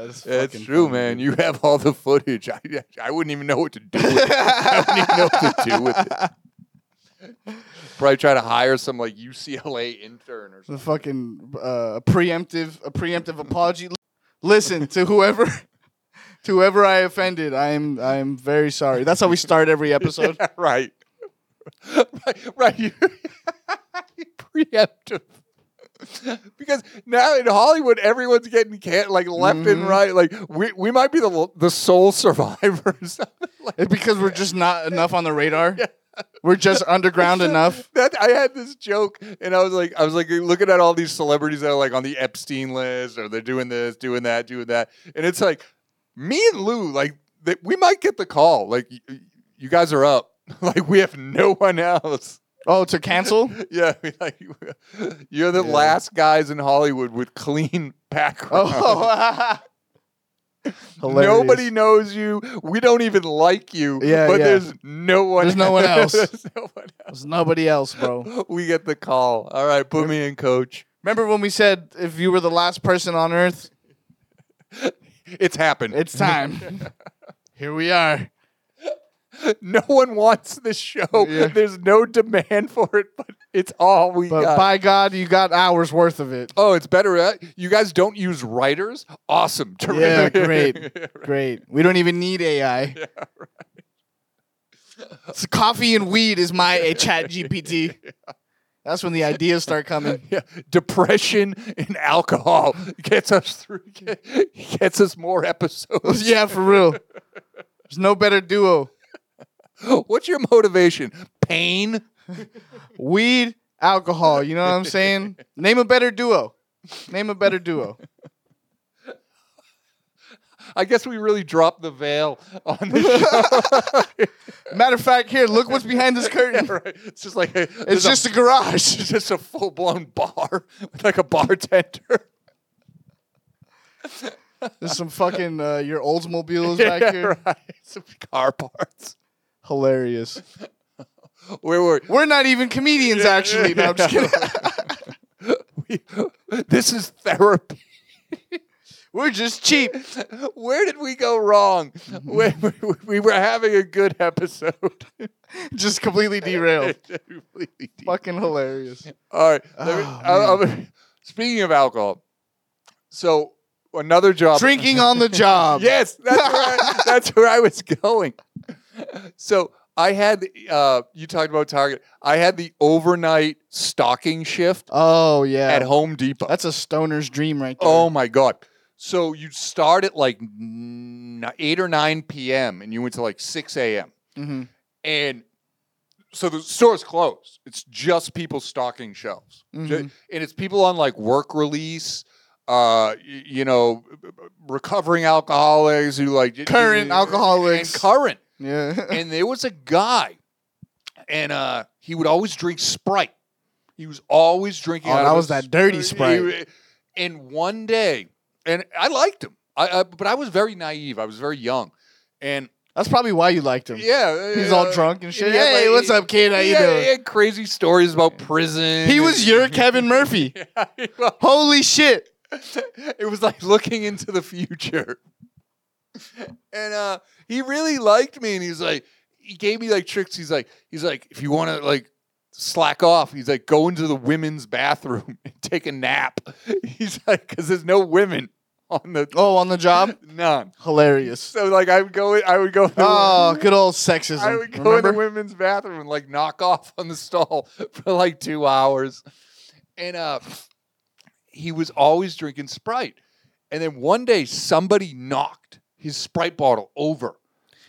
is
That's
fucking
true,
funny,
man.
dude.
You have all the footage. I, I wouldn't even know what to do. With it. I wouldn't even know what to do with it. Probably try to hire some like UCLA intern or something.
the fucking uh, preemptive a preemptive apology. Listen to whoever to whoever I offended. I am I am very sorry. That's how we start every episode.
Yeah, right. right, right. You preemptive. Because now in Hollywood, everyone's getting can- like left and
Mhm.
right. Like we, we might be the l- the sole survivor. or something. Like,
It's because we're just not enough on the radar. We're just underground enough.
That I had this joke, and I was like, I was like looking at all these celebrities that are like on the Epstein list, or they're doing this, doing that, doing that, and it's like me and Lou, like that we might get the call, like y- y- you guys are up, like we have no one else.
Oh, to cancel?
Yeah, we, like you're the
Yeah.
last guys in Hollywood with clean backgrounds.
Oh, hilarious.
Nobody knows you. We don't even like you.
Yeah,
but
yeah.
there's no one.
There's no one else.
There's no one
There's nobody else, bro.
else. We get the call. All right, put me in, coach.
Remember when we said if you were the last person on Earth,
It's happened.
it's time. Here we are.
no one wants this show.
Yeah.
There's no demand for it, but it's all we
But
got.
by God, you got hours worth of it.
oh, it's better. uh, You guys don't use writers. Awesome.
Yeah,
Terrific.
great. Great. We don't even need AI. So coffee and weed is my a chat GPT. That's when the ideas start coming.
Yeah, depression and alcohol gets us through, gets us more episodes.
yeah, for real. There's no better duo.
What's your motivation? Pain?
Weed, alcohol. You know what I'm saying? Name a better duo. Name a better duo.
I guess we really dropped the veil on this show.
Matter of fact, here, look what's behind this curtain.
Yeah, right. It's just like a,
It's
there's a-
just a garage.
it's just a full blown bar with like a bartender.
There's some fucking uh, your Oldsmobiles back here.
right. Some car parts.
Hilarious.
Where were
We're not even comedians, actually. No, I'm just kidding.
we? This is therapy.
We're just cheap.
Where did we go wrong?
Mm-hmm.
Where, we, we were having a good episode.
Just completely derailed.
Completely deep.
fucking hilarious.
All right. let me-
Oh,
I'll- I'll- speaking of alcohol, so another job. Um,
Drinking on the job.
Yes, that's where I, that's where I was going. So I had uh, you talked about Target. I had the overnight stocking shift
Oh yeah.
at Home Depot.
That's a stoner's dream right there.
oh my god! So you start at like n- eight or nine p.m. and you went to like six a.m.
Mhm.
and so the store's closed. It's just people stocking shelves, Ju-
Mhm.
and it's people on like work release, uh, y- you know, recovering alcoholics who like
Current alcoholics.
and current.
Yeah.
And there was a guy, and uh, he would always drink Sprite. He was always drinking.
Oh,
out
that
of
was
his-
that dirty
he-
Sprite.
and one day, and I liked him, I, I but I was very naive. I was very young, and
That's probably why you liked him.
yeah,
He's all
uh,
drunk and shit.
yeah,
hey,
but
what's
he-
up, kid? How
he
you
had-
doing?
He had crazy stories about prison.
He was your Kevin Murphy.
it
Holy shit.
was like looking into the future. And uh, he really liked me, and he was like, he gave me like tricks. He's like, he's like, if you want to like slack off, he's like, go into the women's bathroom and take a nap. He's like, because there's no women on the
Oh, on the job?
none.
Hilarious.
So like, I would go, I would go. in the
Oh, good old
I
sexism.
would go in the
Remember?
women's bathroom and like knock off on the stall for like two hours. And uh he was always drinking Sprite. And then one day somebody knocked his Sprite bottle over.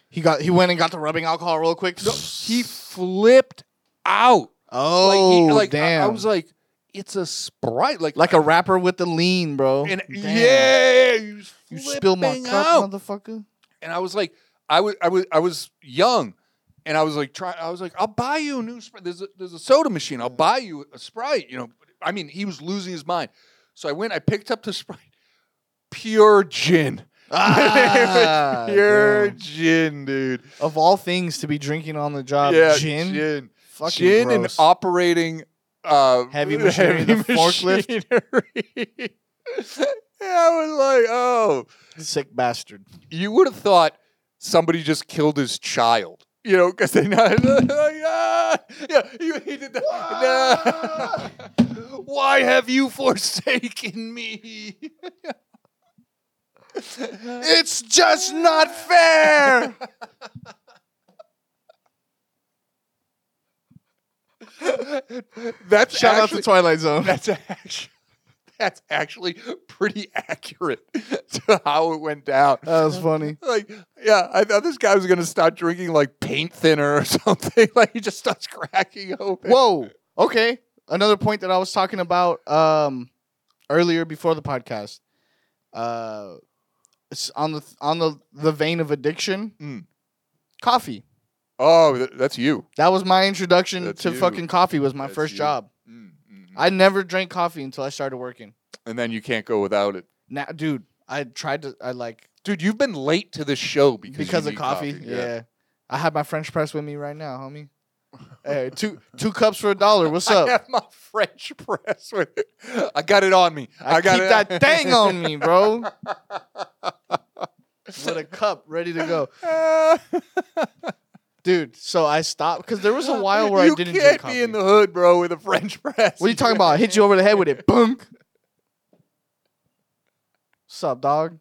He got he went and got the rubbing alcohol real quick.
No, he flipped out. Like,
Oh,
he, like I-
damn.
I, was like, it's a Sprite. Like,
like a rapper with the lean, bro.
and
Damn.
yeah, he was
You spill my
flipping
cup,
out.
motherfucker.
and I was like, I was, I was, I was young, and I was like, try, I was like, I'll buy you a new Sprite. There's a, there's a soda machine. I'll buy you a Sprite. You know, I mean, he was losing his mind. So I went, I picked up the Sprite, pure gin,
Ah,
pure
damn.
gin, dude.
Of all things to be drinking on the job,
yeah,
Uh, gin.
gin,
Fucking
gin, and
gross.
operating uh,
Heavy machinery, the forklift.
machinery. And I was like, oh.
sick bastard.
you would have thought somebody just killed his child. You know, because they not like, ah! yeah, you he did that. Nah. Why have you forsaken me?
It's just not fair.
that's
Shout out
actually,
to Twilight Zone.
that's actually that's actually pretty accurate to how it went down.
That was funny.
Like, yeah, I thought this guy was gonna start drinking like paint thinner or something. Like he just starts cracking open.
Whoa. Okay. Another point that I was talking about um, earlier before the podcast. Uh, it's on the on the the vein of addiction.
Mm.
Coffee.
Oh, th- that's you.
That was my introduction
That's
to
you.
fucking coffee. Was my
That's
first
you.
job.
Mm, mhm.
I never drank coffee until I started working.
and then you can't go without it.
Now, dude, I tried to. I like
Dude, you've been late to this show because, you
because of
need
coffee. Yeah. I have my French press with me right now, homie. hey, two two cups for a dollar. What's
I
up?
have my French press with it. I got it on me. I,
I,
got
keep
it.
that thing on me, bro. with a cup ready to go, dude. So I stopped because there was a while where
you
I didn't
can't
drink
be
coffee.
in the hood, bro, with a French press.
what are you talking about? I hit you over the head with it, bunk. What's up, dog?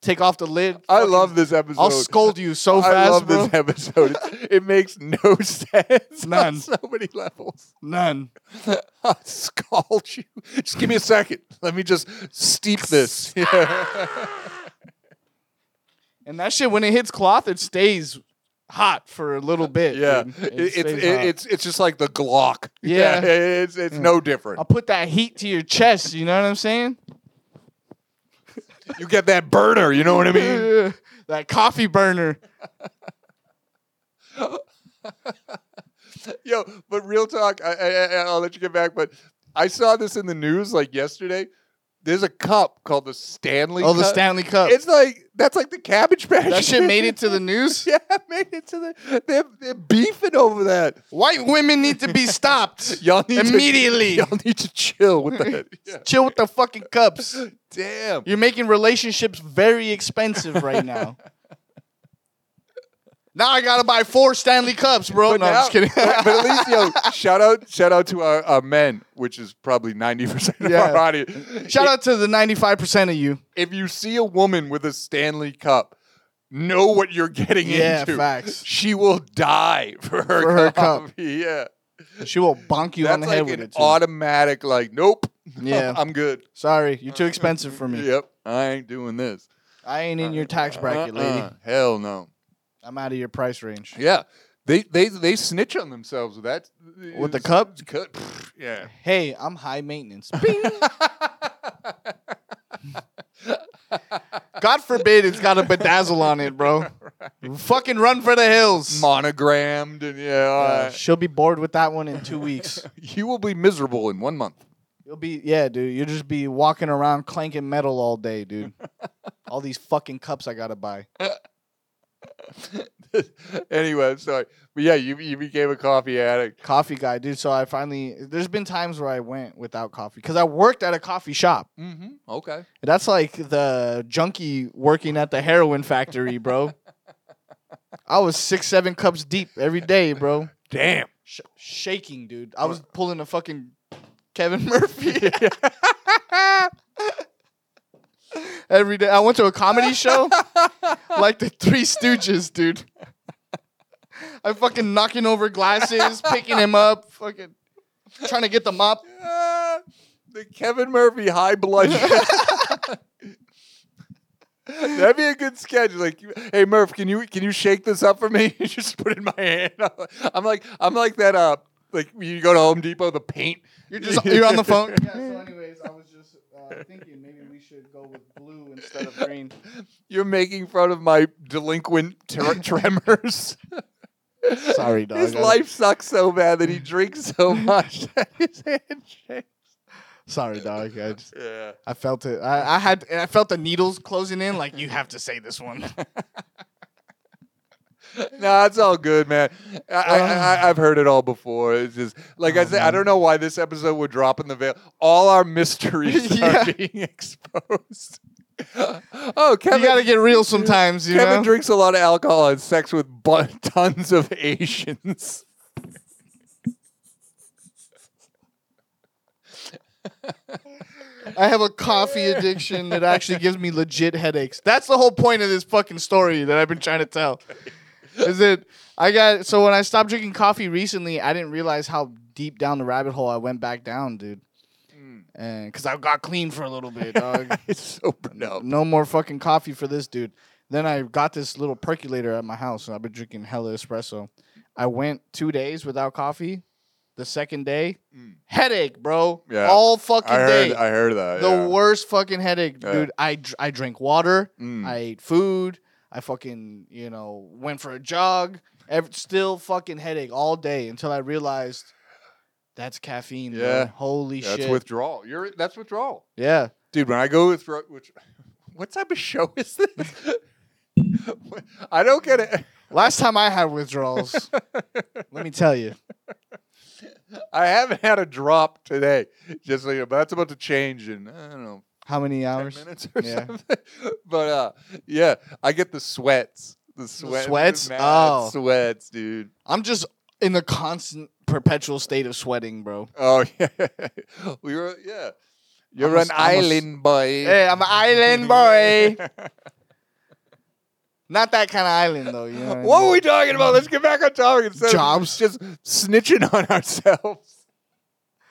Take off the lid.
I
Fucking-
love this episode.
I'll scold you so fast,
I love
bro.
this episode. It, it makes no sense
None.
on so many levels.
None.
I'll scald you. Just give me a second. Let me just steep this.
And that shit, when it hits cloth, it stays hot for a little bit.
Yeah,
dude.
it,
It
it's
stays
it,
hot.
it's it's just like the Glock.
Yeah. Mm.
it's it's no different.
I'll put that heat to your chest. You know what I'm saying?
you get that burner. You know what I mean?
that coffee burner.
Yo, but real talk. I, I, I- I'll let you get back. But I saw this in the news like yesterday. There's a cup called the Stanley.
Oh, the
cup.
Stanley Cup.
It's like that's like the Cabbage Patch.
that shit made it to the news.
yeah, it made it to the. They're, they're beefing over that.
White women need to be stopped
Y'all need
immediately.
To, y'all need to chill with that. Yeah.
Chill with the fucking cups.
Damn.
You're making relationships very expensive right now. now I gotta buy four Stanley Cups, bro.
But
no, I'm
now-
just kidding.
but, but at least, yo, shout out, shout out to our, our men, which is probably ninety percent of
Yeah.
our audience.
Shout out to the 95% of you.
If you see a woman with a Stanley cup, know what you're getting
Yeah,
into.
facts.
She will die for her,
For her cup.
coffee. Yeah,
She will bonk you on
that's
the
like
head with
an
it. too.
automatic. Like, nope.
Yeah.
I'm good.
Sorry, you're too expensive for me.
Yep, I ain't doing this.
I ain't in your tax bracket,
Uh-uh.
lady.
Hell no.
I'm out of your price range.
Yeah. They, they they snitch on themselves with that
With the cup?
Cut. pfft, Yeah.
Hey, I'm high maintenance. God forbid it's got a bedazzle on it, bro. Fucking run for the hills.
Monogrammed and yeah, all
Uh,
right.
she'll be bored with that one in two weeks.
you will be miserable in one month.
You'll be, yeah, dude. You'll just be walking around clanking metal all day, dude. all these fucking cups I gotta buy.
anyway, I'm sorry, but yeah, you you became a coffee addict.
Coffee guy, dude. So I finally, there's been times where I went without coffee because I worked at a coffee shop.
Mm-hmm. Okay.
That's like the junkie working at the heroin factory, bro. I was six, seven cups deep every day, bro.
Damn.
Sh- shaking, dude. I was pulling a fucking Kevin Murphy every day. I went to a comedy show like the Three Stooges, dude. I'm fucking knocking over glasses, picking him up, fucking trying to get the mop.
Ah, the Kevin Murphy high blood. sugar. That'd be a good sketch. Like, you- hey Murph, can you can you shake this up for me? You just put it in my hand. I'm like I'm like that. Uh, like you go to Home Depot, the paint.
You're just you're on the phone. Yeah. So, anyways, I was just uh, thinking maybe we should go with blue instead of green.
You're making fun of my delinquent ter- tremors.
Sorry, dog.
His
I-
life sucks so bad that he drinks so much. that His hand shakes.
Sorry, dog. I, just,
Yeah.
I felt it. I, I had. I felt the needles closing in. Like you have to say this one.
No, it's all good, man. I, I, I, I've heard it all before. It's just like I
Ah. Oh,
said, I don't know why this episode would drop in the veil. All our mysteries
Yeah.
are being exposed. oh,
you
Kevin,
gotta get real sometimes. You
Kevin
know.
drinks a lot of alcohol and sex with bu- tons of Asians.
I have a coffee addiction that actually gives me legit headaches. That's the whole point of this fucking story that I've been trying to tell. Is that I got so when I stopped drinking coffee recently, I didn't realize how deep down the rabbit hole I went back down, dude.
Mm.
And because I got clean for a little bit, dog.
It's sobered up.
no more fucking coffee for this dude. Then I got this little percolator at my house, and I've been drinking hella espresso. I went two days without coffee. The second day,
Mm.
headache, bro.
Yeah.
All fucking
I heard,
day.
I heard that.
the
yeah.
worst fucking headache,
Yeah.
dude. I dr- I drank water.
Mm.
I ate food. I fucking you know went for a jog. Ev- still fucking headache all day until I realized that's caffeine. bro.
Yeah.
Holy
That's
shit.
withdrawal. You're that's withdrawal.
yeah.
Dude, when I go with throat, which, what type of show is this? What- I don't get it.
Last time I had withdrawals, let me tell you.
I haven't had a drop today. Just so you know, but that's about to change in I don't know
How many
ten
hours?
minutes or
Yeah.
something. But uh, yeah, I get the sweats. The sweats.
sweats?
mad
Oh.
sweats, dude.
I'm just in the constant perpetual state of sweating, bro.
Oh yeah, we were yeah. You're
I'm a s-
an
I'm a s-
island boy.
Hey, I'm an island boy. Not that kind of island though, you know. What,
What
I
are
mean?
we talking about? Let's get back on topic instead
Jobs.
of just snitching on ourselves.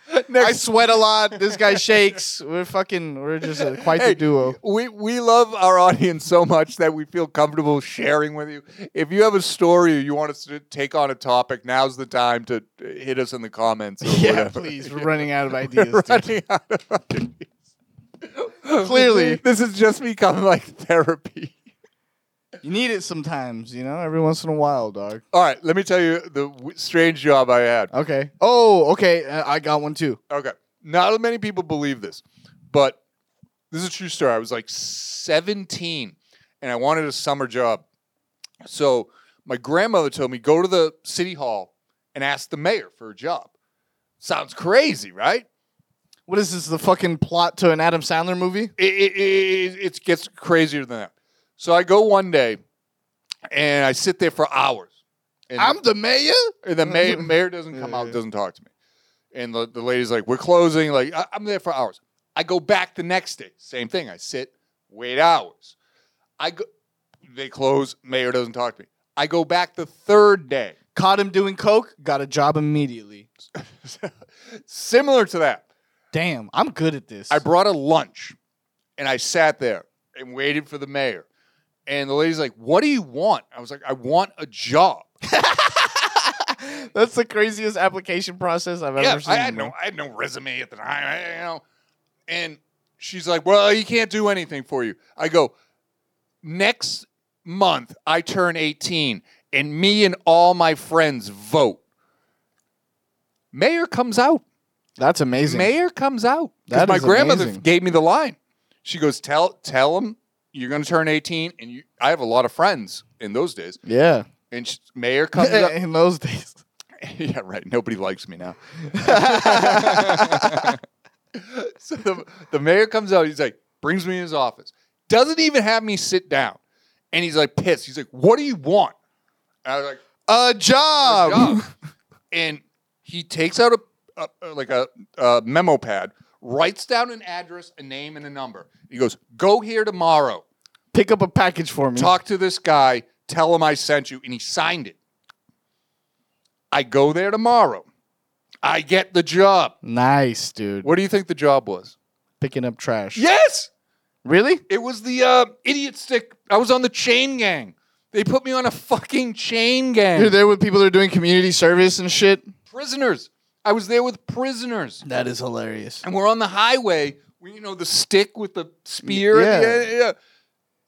I sweat a lot. This guy shakes. We're fucking we're just a, quite
Hey,
the duo.
We we love our audience so much that we feel comfortable sharing with you. If you have a story or you want us to take on a topic, now's the time to uh, hit us in the comments. Or
Yeah,
whatever.
please. We're running out of
We're
ideas. dude.
running out of ideas.
Clearly.
this is just me kind of like therapy.
You need it sometimes, you know, every once in a while, dog.
All right, let me tell you the w- strange job I had.
Okay. Oh, okay. uh, I got one too.
Okay. Not many people believe this, but this is a true story. I was like 17 and I wanted a summer job. So my grandmother told me, go to the city hall and ask the mayor for a job. Sounds crazy, right?
What is this? The fucking plot to an Adam Sandler movie?
it, it, it, it gets crazier than that. So I go one day and I sit there for hours. And
I'm the mayor.
and the mayor, mayor doesn't come out,
Yeah.
doesn't talk to me. And the, the lady's like, we're closing. Like, I, I'm there for hours. I go back the next day. Same thing. I sit, wait hours. I go, they close. Mayor doesn't talk to me. I go back the third day.
Caught him doing coke. Got a job immediately.
Similar to that.
Damn, I'm good at this.
I brought a lunch and I sat there and waited for the mayor. And the lady's like, What do you want? I was like, I want a job.
That's the craziest application process I've
yeah,
ever seen.
I had no
bro.
I had no resume at the time. I- you know. And she's like, Well, you can't do anything for you. I go, next month I turn 18 and me and all my friends vote. Mayor comes out.
That's amazing.
Mayor comes out. 'Cause
That
my
is
grandmother
amazing.
gave me the line. She goes, "Tell tell him you're going to turn 18 and you I have a lot of friends in those days."
Yeah.
And she, mayor comes up.
in those days.
yeah, right. Nobody likes me now. so the, the mayor comes out. He's like, brings me in his office. Doesn't even have me sit down. And he's like pissed. He's like, "What do you want?" And I was like,
A job.
job. and he takes out a, a like a, a memo pad, writes down an address, a name, and a number. He goes, "Go here tomorrow.
Pick up a package for me.
Talk to this guy. Tell him I sent you." And he signed it. I go there tomorrow. I get the job.
Nice, dude.
What do you think the job was?
Picking up trash.
Yes,
Really?
it was the uh, idiot stick. I was on the chain gang. They put me on a fucking chain gang.
You're there with people that are doing community service and shit.
prisoners. I was there with prisoners.
That is hilarious.
and we're on the highway. We, you know, the stick with the spear. at the
Yeah.
end,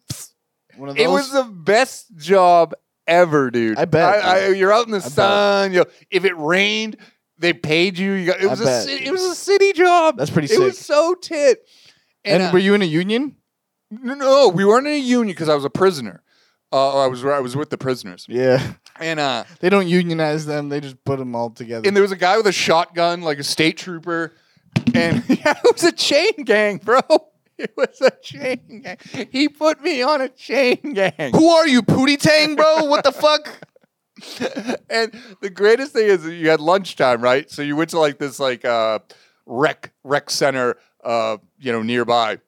yeah.
One of
It
those.
was the best job ever, dude.
I bet,
I, I,
dude.
you're out in the
bet.
sun. You know, if it rained, they paid you. you got, it
I
was a
bet,
city, it
dude.
was a city job.
That's pretty
it was
sick.
so tit.
and
And, uh,
were you in a union?
no, no, we weren't in a union because I was a prisoner. Uh, I was I was with the prisoners,
Yeah.
and uh,
They don't unionize them. They just put them all together.
and there was a guy with a shotgun, like a state trooper, and yeah, it was a chain gang, bro. It was a chain gang. He put me on a chain gang.
Who are you, Pootie Tang, bro? What the fuck?
and the greatest thing is that you had lunchtime, right? So you went to like this like uh rec rec center uh you know nearby.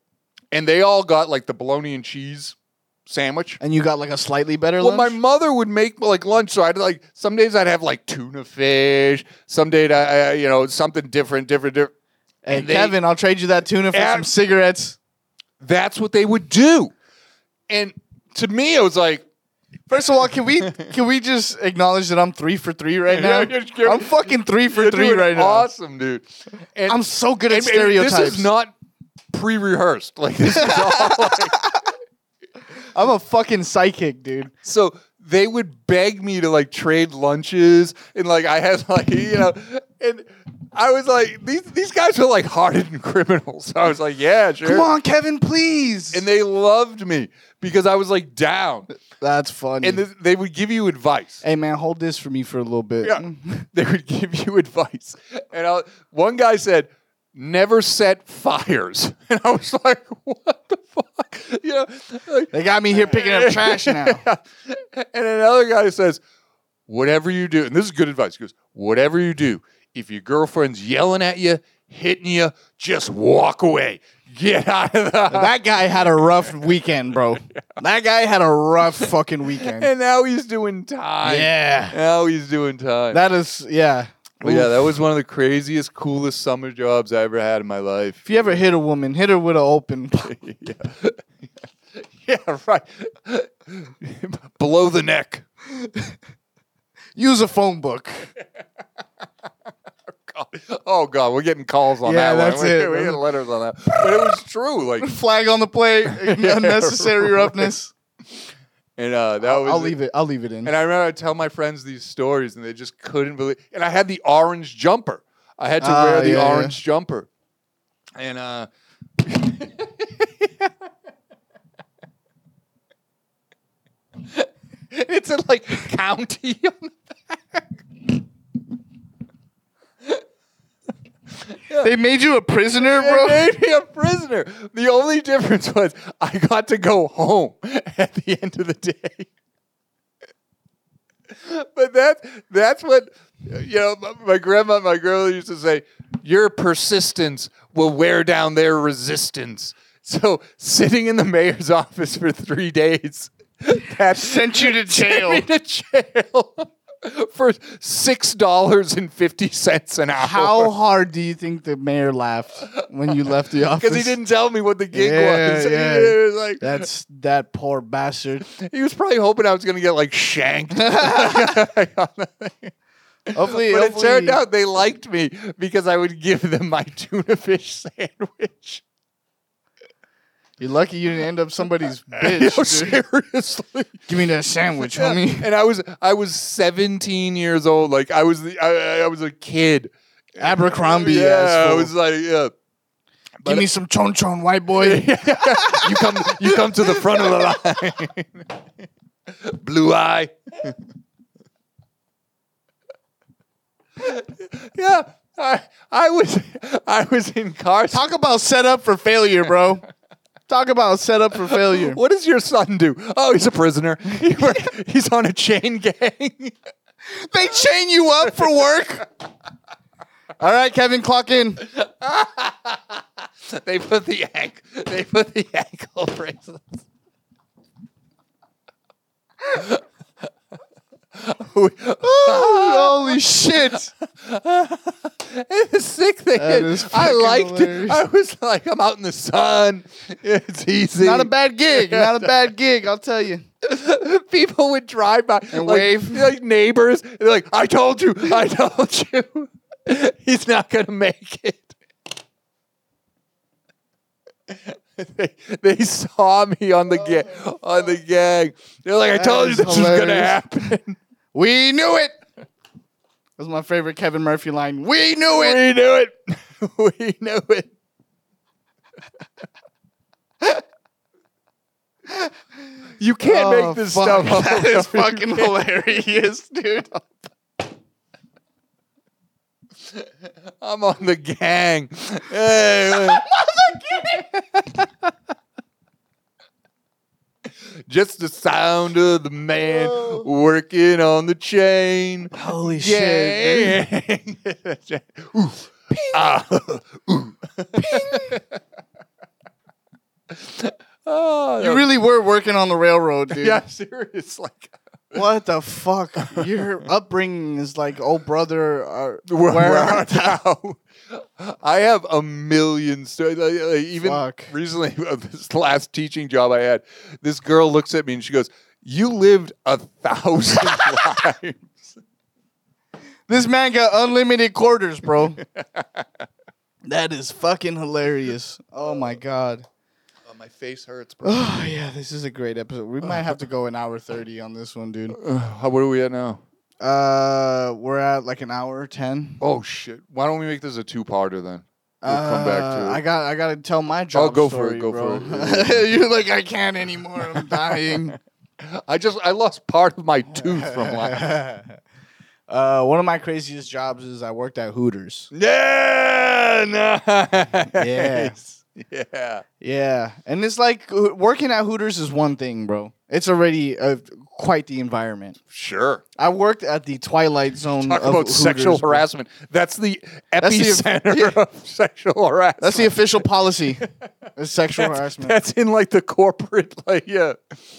And they all got like the bologna and cheese sandwich.
And you got like a slightly better
Well, my
lunch?
mother would make like lunch, so I'd like some days I'd have like tuna fish, some day I, I you know something different, different, different.
Hey,
and they-
Kevin, I'll trade you that tuna for
Yeah.
some cigarettes.
That's what they would do. And to me, it was like,
First of all, can we can we just acknowledge that I'm three for three right now?
Yeah, you're scared.
I'm fucking three for
you're
three
doing
right now.
awesome, dude. And,
I'm so good at
and- and
stereotypes.
This is not pre-rehearsed. Like this is all. like-
I'm a fucking psychic, dude.
so they would beg me to like trade lunches, and like I had like you know, and I was like, these these guys are like hardened criminals. So I was like, yeah, sure.
Come on, Kevin, please.
And they loved me because I was like down,
That's funny.
and th- they would give you advice.
hey man, hold this for me for a little bit.
Yeah. they would give you advice. And I, one guy said, never set fires. And I was like, what the fuck? You know, like,
They got me here picking up trash now.
and another guy says, whatever you do, and this is good advice. He goes, whatever you do, if your girlfriend's yelling at you, hitting you, just walk away. Get out of the house.
That guy had a rough weekend, bro. That guy had a rough fucking weekend.
And now he's doing time.
Yeah.
Now he's doing time.
That is yeah.
But yeah,
Oof.
that was one of the craziest, coolest summer jobs I ever had in my life.
if you ever hit a woman, hit her with an open.
yeah. yeah, right. Below the neck.
Use a phone book.
God. Oh God, we're getting calls on
Yeah,
that
that's
one. We're,
it.
we're getting letters on that. But it was true. Like
Flag on the plate, unnecessary
right.
roughness.
and uh that
I'll,
was
I'll leave it. I'll leave it in.
And I remember I'd tell my friends these stories and they just couldn't believe and I had the orange jumper. I had to
Ah,
wear the
yeah, yeah.
orange jumper. And uh It's a like county on the
they made you a prisoner,
They
bro.
made me a prisoner. The only difference was I got to go home at the end of the day. But that that's what you know. my- My grandma, my grandma used to say, "Your persistence will wear down their resistance." So sitting in the mayor's office for three days, that
Sent you to jail.
sent me to jail for six dollars and fifty cents an hour.
How hard do you think the mayor laughed when you left the office?
because he didn't tell me what the gig
Yeah,
was.
yeah.
He was like,
That's that poor bastard.
he was probably hoping I was going to get like shanked.
Hopefully,
But it
hopefully-
turned out they liked me because I would give them my tuna fish sandwich.
you're lucky you didn't end up somebody's
Yo,
bitch. dude.
seriously.
Give me that sandwich, homie.
And I was I was 17 years old. Like I was the I, I- I was a kid.
Abercrombie.
Yeah, I
asshole.
was like yeah.
Give me some chon chon, white boy.
you come you come to the front of the line. Blue eye. yeah, I I was I was incarcerated.
Talk about set up for failure, bro. Talk about set up for failure.
What does your son do? Oh, he's a prisoner. He work, he's on a chain gang.
They chain you up for work. All right, Kevin, clock in.
they put the ankle. They put the ankle bracelets.
Holy shit.
And the sick thing
That
is,
is
I
fucking
liked
hilarious.
it. I was like, I'm out in the sun. It's easy.
Not a bad gig. Not a bad gig, I'll tell you.
People would drive by
And
like,
wave.
like neighbors. And they're like, I told you, I told you, he's not gonna make it. they, they saw me on the ga- on the gang. They're like, I
That
told you
is
this was gonna
hilarious.
happen.
We knew it. That was my favorite Kevin Murphy line. We knew it.
We knew it. we knew it. you can't
Oh,
make this
fuck.
stuff up.
That is fucking hilarious, dude.
I'm on the gang. Hey, Just the sound of the man
Oh.
working on the chain.
Holy
Gang. Ooh. Ah. Ooh. Oh, that
You really were working on the railroad, dude.
Yeah, serious. Like
What the fuck? Your upbringing is like, oh brother, are,
where,
where,
where
are
art thou? I have a million stories. Like, like, even
Fuck.
recently, this last teaching job I had, this girl looks at me and she goes, "You lived a thousand lives."
this man got unlimited quarters, bro? that is fucking hilarious. Oh my god.
Oh, my face hurts, bro.
Oh yeah, this is a great episode. We might have to go an hour thirty on this one, dude.
How, where are we at now?
Uh, we're at like an hour ten.
Oh shit! Why don't we make this a two-parter then? We'll come back to
Uh,
it. Oh,
I got. I gotta tell my job.
go for
story,
it, go
bro.
for it, yeah.
You're like, I can't anymore. I'm dying.
I just I lost part of my tooth from laughing.
uh, one of my craziest jobs is I worked at Hooters.
Yeah,
nice.
yeah, yeah.
Yeah, and it's like uh, working at Hooters is one thing, bro. It's already uh, quite the environment.
Sure.
I worked at the Twilight Zone.
Talk
of
about sexual
Hooters, bro.
harassment. That's the
the-
epicenter of sexual harassment.
That's the official policy. is sexual harassment.
That's in like the corporate, like yeah.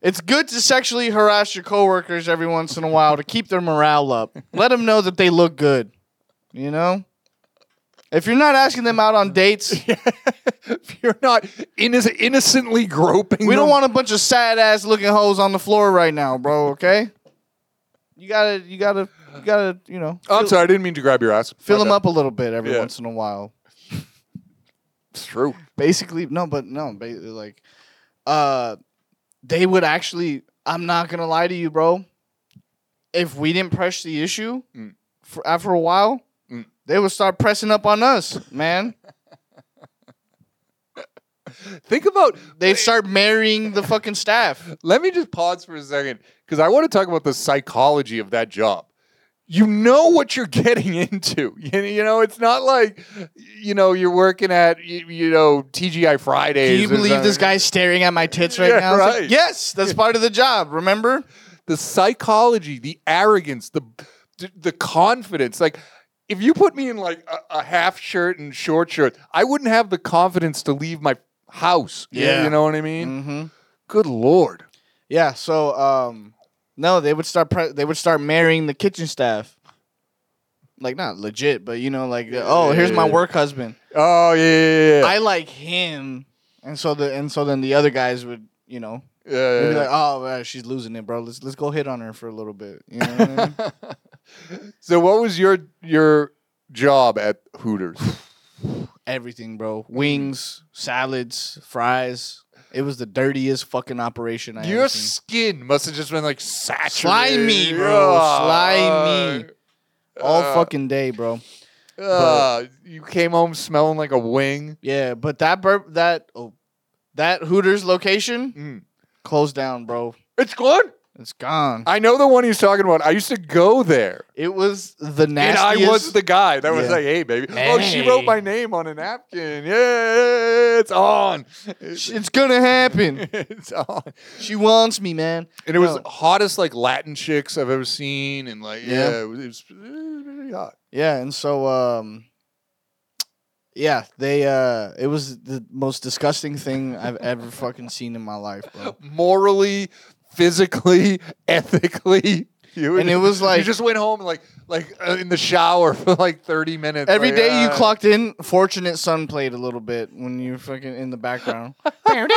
It's good to sexually harass your coworkers every once in a while to keep their morale up. Let them know that they look good. You know? If you're not asking them out on dates,
if you're not inno- innocently groping,
we don't
them-
want a bunch of sad ass looking hoes on the floor right now, bro, okay? You gotta you gotta you gotta, you know,
Oh, I'm
fill-
sorry, I didn't mean to grab your ass.
fill
My
them
bad.
up a little bit every
Yeah.
once in a while.
It's true.
basically no but no ba- like uh they would actually i'm not gonna lie to you bro if we didn't press the issue
Mm.
for after a while
Mm.
they would start pressing up on us man
Think about
they'd start marrying the fucking staff
Let me just pause for a second because I want to talk about the psychology of that job. You know what you're getting into. You, you know, it's not like, you know, you're working at, y- you know, TGI Fridays.
can you
or
believe this
something.
guy's staring at my tits right
Yeah,
now It's like,
right.
yes that's part of the job remember
The psychology, the arrogance, the the confidence. Like, if you put me in like a, a half shirt and short shirt, I wouldn't have the confidence to leave my house. You-
Yeah.
You know what I mean?
mm-hmm.
Good Lord.
yeah so um no they would start pre- they would start marrying the kitchen staff like not legit but you know like oh here's my
Yeah.
work husband
Oh, yeah, yeah, yeah.
I like him, and so the and so then the other guys would, you know,
yeah, yeah,
they'd be
yeah.
like, "Oh, uh, she's losing it, bro. Let's let's go hit on her for a little bit." You know what I mean?
so what was your your job at Hooters?
Everything, bro. Wings, salads, fries. It was the dirtiest fucking operation I
your
ever seen.
skin must have just been like saturated.
Slimy, bro. Slimy. All
uh,
fucking day, bro.
Uh, you came home smelling like a wing.
Yeah, but that burp that oh, that Hooters location
Mm.
closed down, bro.
It's gone.
It's gone.
I know the one he's talking about. I used to go there,
It was the nastiest.
and I was the guy that was
Yeah.
like, "Hey, baby, oh, she wrote
Hey.
my name on a napkin. Yeah, it's on.
It's gonna happen.
it's on."
She wants me, man.
And it was
No.
hottest like Latin chicks I've ever seen, and like yeah,
Yeah.
it, was, it was pretty hot.
Yeah, and so um yeah, they uh it was the most disgusting thing I've ever fucking seen in my life, bro.
Morally, physically, ethically, you
And it was
you
like-
just went home like like uh, in the shower for like thirty minutes.
Every
like,
day you
uh,
clocked in, Fortunate Son played a little bit when you were fucking in the background.
This,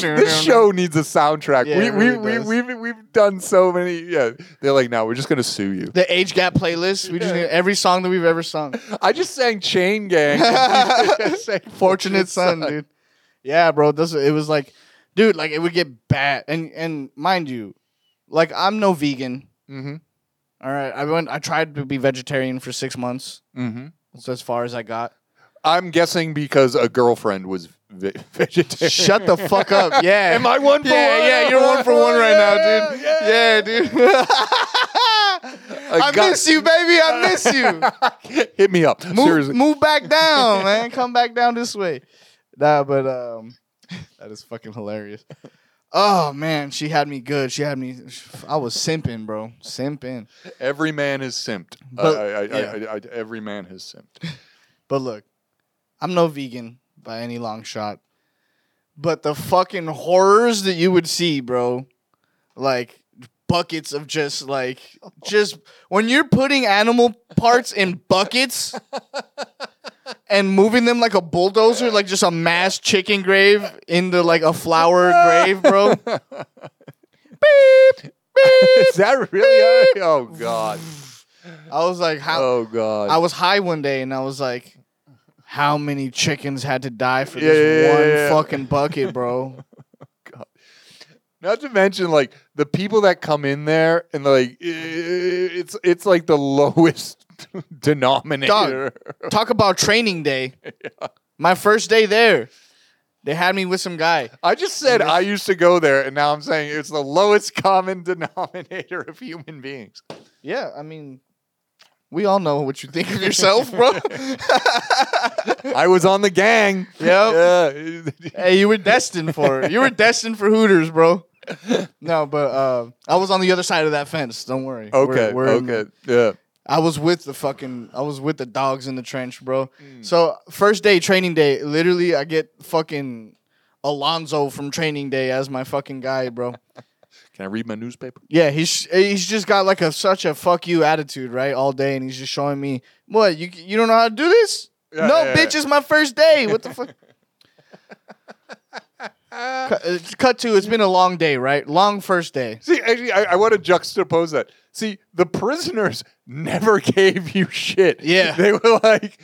this show needs a soundtrack.
Yeah,
we,
it
we,
really
we,
does.
we've, we've done so many. Yeah. They're like, no, we're just going to sue you.
the age gap playlist. We just
Yeah.
need every song that we've ever sung.
I just sang Chain Gang. I sang
Fortunate son, dude. Yeah, bro. This it was like, dude, like it would get bad. And and mind you, like I'm no vegan.
Mhm.
All right, I went. I tried to be vegetarian for six months.
Mhm.
That's as far as I got.
I'm guessing because a girlfriend was ve- vegetarian.
Shut the fuck up. Yeah.
Am I one for
yeah,
one?
yeah. You're one for one right now, dude.
Yeah,
Yeah,
yeah.
dude. I
got-
miss you, baby. I miss you.
Hit me up.
Move,
Seriously.
move back down, man. Come back down this way. Nah, but um, that is fucking hilarious. Oh man, she had me good. She had me. I was simping, bro. Simping.
Every man is simped. Uh,
But-
I, I, I,
yeah.
I, I, every man has simped.
But look, I'm no vegan by any long shot. But the fucking horrors that you would see, bro, like buckets of just like just when you're putting animal parts in buckets and moving them like a bulldozer, like just a mass chicken grave into like a flower grave, bro. Beep.
is that really? Oh, God.
I was like, how
Oh, God.
I was high one day and I was like, how many chickens had to die for
Yeah,
this
yeah,
one
yeah, yeah.
fucking bucket, bro?
Not to mention, like the people that come in there and like i- it's it's like the lowest denominator.
Talk about training day. My first day there, they had me with some guy.
I just said
Yes.
I used to go there, and now I'm saying it's the lowest common denominator of human beings.
Yeah, I mean, we all know what you think of yourself, bro.
I was on the gang.
Yep.
Yeah.
hey, you were destined for it. You were destined for Hooters, bro. No, but uh, I was on the other side of that fence. Don't worry. We're-
Okay.
we're in-
okay. Yeah.
I was with the fucking I was with the dogs in the trench, bro. So first day training day, literally I get fucking Alonzo from training day as my fucking guy, bro.
Can I read my newspaper?
Yeah, he's he's just got like a such a fuck you attitude, right? All day and he's just showing me, "What? You you don't know how to do this?"
Yeah,
no,
yeah,
bitch,
yeah.
it's my first day. What the fuck?
Uh,
Cut, uh, cut to it's been a long day, right? Long first day.
See, actually, I, I want to juxtapose that. See, the prisoners never gave you shit.
Yeah.
They were like,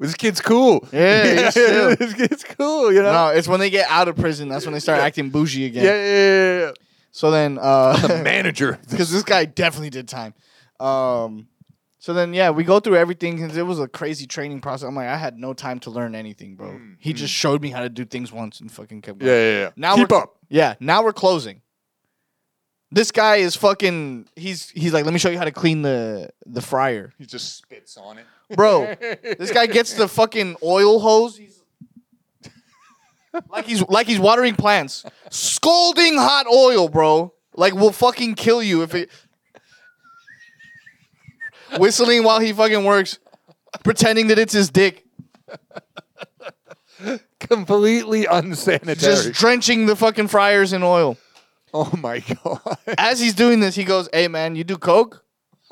this kid's cool.
Yeah, he's chill.
this kid's cool, you know?
No, it's when they get out of prison. That's when they start acting bougie
yeah,
again.
yeah, yeah, yeah,
So then,
yeah.
uh,
The manager.
because this guy definitely did time. Um, so then, yeah, we go through everything because it was a crazy training process. I'm like, I had no time to learn anything, bro.
Mm,
He just showed me how to do things once and fucking kept
Yeah,
going.
yeah, yeah.
Now
Keep
we're-
up.
Yeah, now we're closing. This guy is fucking. He's he's like, let me show you how to clean the the fryer,
He just spits on it. Oh.
bro. this guy gets the fucking oil hose. He's like he's like he's watering plants, scalding hot oil, bro. Like will fucking kill you if it. Whistling while he fucking works, pretending that it's his dick,
Completely unsanitary.
just drenching the fucking fryers in oil.
oh my God.
As he's doing this, he goes, "Hey man, you do coke?"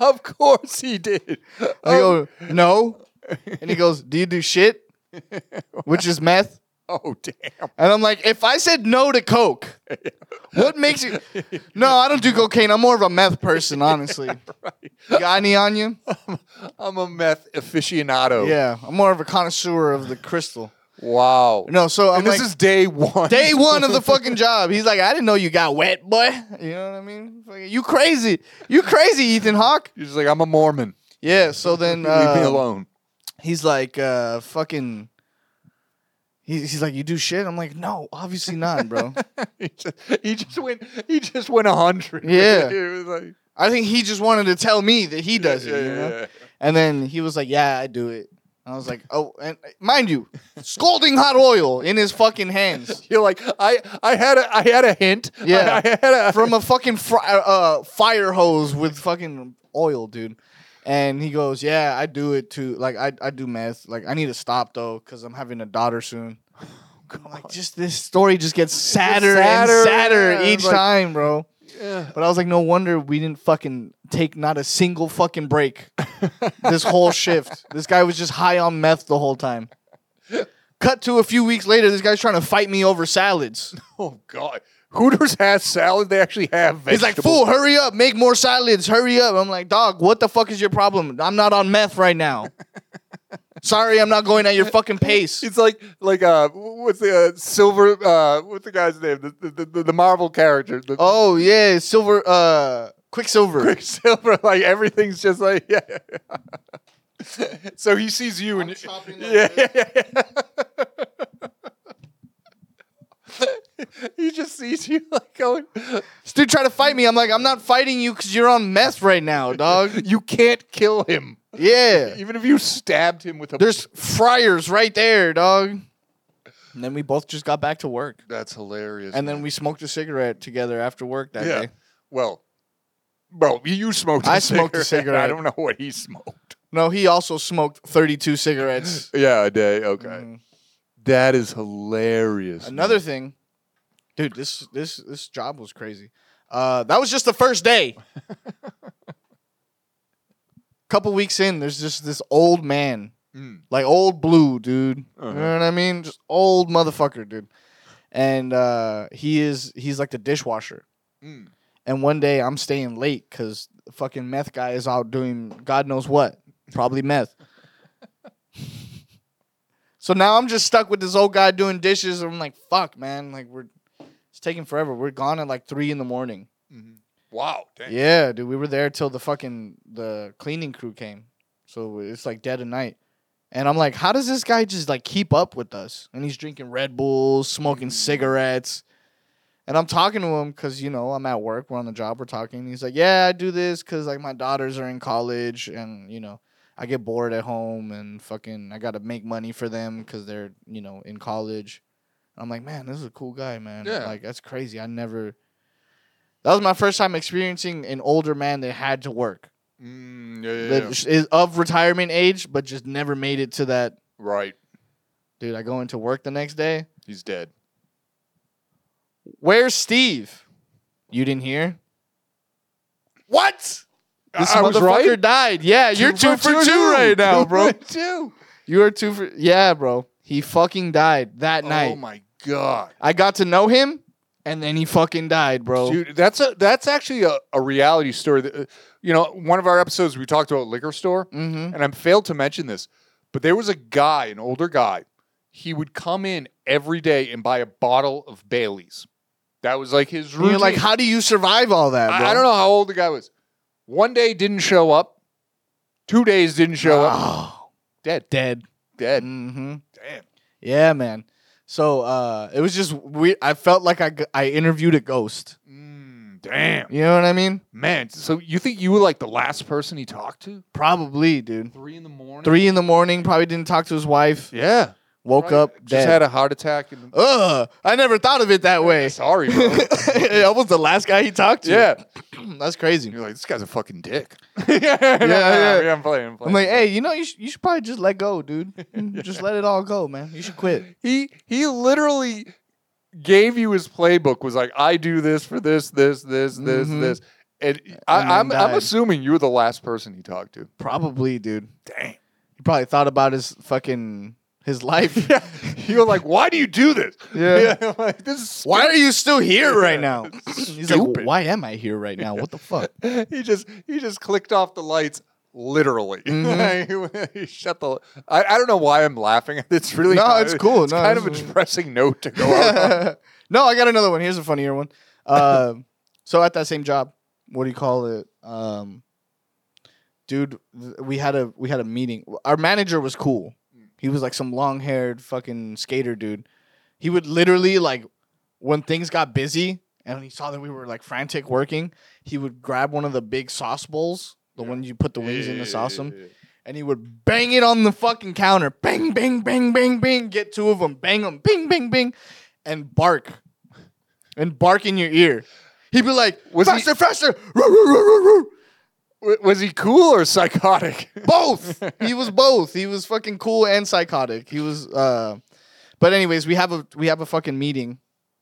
of course he did.
I
Oh.
go, no. And he goes, Do you do shit? Which is meth.
Oh, damn.
And I'm like, if I said no to Coke, what makes you No, I don't do cocaine. I'm more of a meth person, honestly. You got any on you?
I'm a meth aficionado.
Yeah. I'm more of a connoisseur of the crystal.
Wow.
No, so I'm
and
like
this is day one.
day one of the fucking job. He's like, I didn't know you got wet, boy. You know what I mean? Fucking, You crazy. You crazy, Ethan Hawke.
He's like, I'm a Mormon.
Yeah, so then
Leave me
uh,
alone.
he's like uh fucking he, he's like you do shit i'm like no obviously not bro
he, just, he just went. He just went a hundred.
Yeah.
It was like-
i think he just wanted to tell me that he does
Yeah,
it you
yeah,
know?
yeah.
and then he was like yeah i do it and i was like oh and mind you scalding hot oil in his fucking hands
You're like, I, I had a, I had a hint.
Yeah.
I, I had a.
from a fucking fr- uh, fire hose with fucking oil dude and he goes yeah i do it too like i, I do meth like i need to stop though because i'm having a daughter soon I'm like just this story just gets sadder,
sadder,
and sadder
yeah,
each
like-
time, bro.
Yeah.
But I was like, no wonder we didn't fucking take not a single fucking break this whole shift. This guy was just high on meth the whole time. Cut to a few weeks later, this guy's trying to fight me over salads.
Oh God. Hooters has salad. They actually have
He's
vegetables.
like, fool, hurry up, make more salads, hurry up. I'm like, dog, what the fuck is your problem? I'm not on meth right now. Sorry, I'm not going at your fucking pace.
It's like like uh what's the uh, silver uh what's the guy's name the the, the, the Marvel character the
Oh yeah, silver uh Quicksilver.
Quicksilver like everything's just like yeah so he sees you and
chopping
yeah, he just sees you like going
This dude tried to fight me. I'm like, I'm not fighting you because you're on meth right now, dog.
you can't kill him
Yeah.
even if you stabbed him with a
There's friars right there, dog. And then we both just got back to work.
that's hilarious
And then
man.
we smoked a cigarette together after work that
yeah
day.
well well you smoked I
I smoked a
I
cigarette.
don't know what he smoked
No, he also smoked 32 cigarettes.
yeah a day okay
Mm.
That is hilarious.
Another thing, dude, this this this job was crazy. Uh, that was just the first day. Couple weeks in, there's just this old man
man.
like old blue dude
Uh-huh.
you know what i mean just old motherfucker dude and uh he is he's like the dishwasher
Mm, mm.
and one day i'm staying late because fucking meth guy is out doing god knows what probably meth so now i'm just stuck with this old guy doing dishes and i'm like fuck man like we're it's taking forever we're gone at like three in the morning
Mhm. Wow. Damn.
yeah, dude, we were there till the fucking the cleaning crew came. So it's like dead of night. And I'm like, how does this guy just like keep up with us? And he's drinking Red Bulls, smoking
Mm.
cigarettes. And I'm talking to him because you know I'm at work, we're on the job, we're talking. He's like, yeah, I do this because like my daughters are in college, and you know I get bored at home, and fucking I gotta make money for them because they're you know in college. I'm like, man, this is a cool guy, man.
Yeah.
Like that's crazy. I never. That was my first time experiencing an older man that had to work,
Mm, yeah, yeah, yeah.
that is of retirement age, but just never made it to that.
Right.
Dude, I go into work the next day.
He's dead.
Where's Steve? You didn't hear?
What?
This motherfucker died. Yeah, you you're two for two, right now, bro.
Two.
You are two for yeah, bro. He fucking died that
Oh
night.
my god,
I got to know him, and then he fucking died, bro.
dude, that's a that's actually a, a reality story. That, uh, you know, one of our episodes we talked about liquor store.
Mm-hmm.
and I failed to mention this, but there was a guy, an older guy. He would come in every day and buy a bottle of Bailey's. That was like his routine.
You're like, how do you survive all that? Bro?
I, I don't know how old the guy was. One day didn't show up. Two days didn't show up.
Oh,
Dead,
dead.
dead.
Mm-hmm.
Damn.
Yeah, man. So uh, it was just weird. I felt like I, g- I interviewed a ghost.
Mm, damn.
You know what I mean?
Man, so you think you were like the last person he talked to?
Probably, dude.
Three in the morning?
Three in the morning. Probably didn't talk to his wife.
Yeah.
Woke
Right.
up.
Just
dead.
had a heart attack. And-
Ugh, I never thought of it that way.
Sorry, bro.
I was the last guy he talked to.
yeah.
that's crazy.
You're like, this guy's a fucking dick. yeah, yeah,
yeah.
I'm playing. I'm,
I'm
playing.
like, hey, you know, you, sh- you should probably just let go, dude. Just let it all go, man. You should quit.
he he literally gave you his playbook. Was like, I do this for this, this, this, this,
Mhm.
this. And,
then
I, I'm I'm
died.
assuming you were the last person he talked to.
Probably, dude.
Dang.
He probably thought about his fucking his life.
Yeah. You're like, why do you do this?
Yeah.
I'm like, this is
Why are you still here right now? He's like,
Stupid.
why am I here right now? What the fuck?
st-" he just he just clicked off the lights. Literally,
Mm-hmm.
he shut the. I, I don't know why I'm laughing. It's really
No,
kind
it's cool.
It's
No,
kind of a
it's-
depressing note to go out. on.
no, I got another one. Here's a funnier one. Um, so at that same job, what do you call it? Um, dude, th- we had a we had a meeting. Our manager was cool. He was like some long haired fucking skater dude. He would literally like when things got busy and he saw that we were like frantic working, he would grab one of the big sauce bowls, the
Yeah.
one you put the wings in to sauce them,
Yeah.
and he would bang it on the fucking counter. Bang, bang, bang, bang, bang. Get two of them. Bang them. Bing, bing, bing. And bark. And bark in your ear. He'd be like,
Was he-
faster, faster. Roo, roo, roo, roo, roo.
W- was he cool or psychotic?
Both. he was both. He was fucking cool and psychotic. He was. uh But anyways, we have a we have a fucking meeting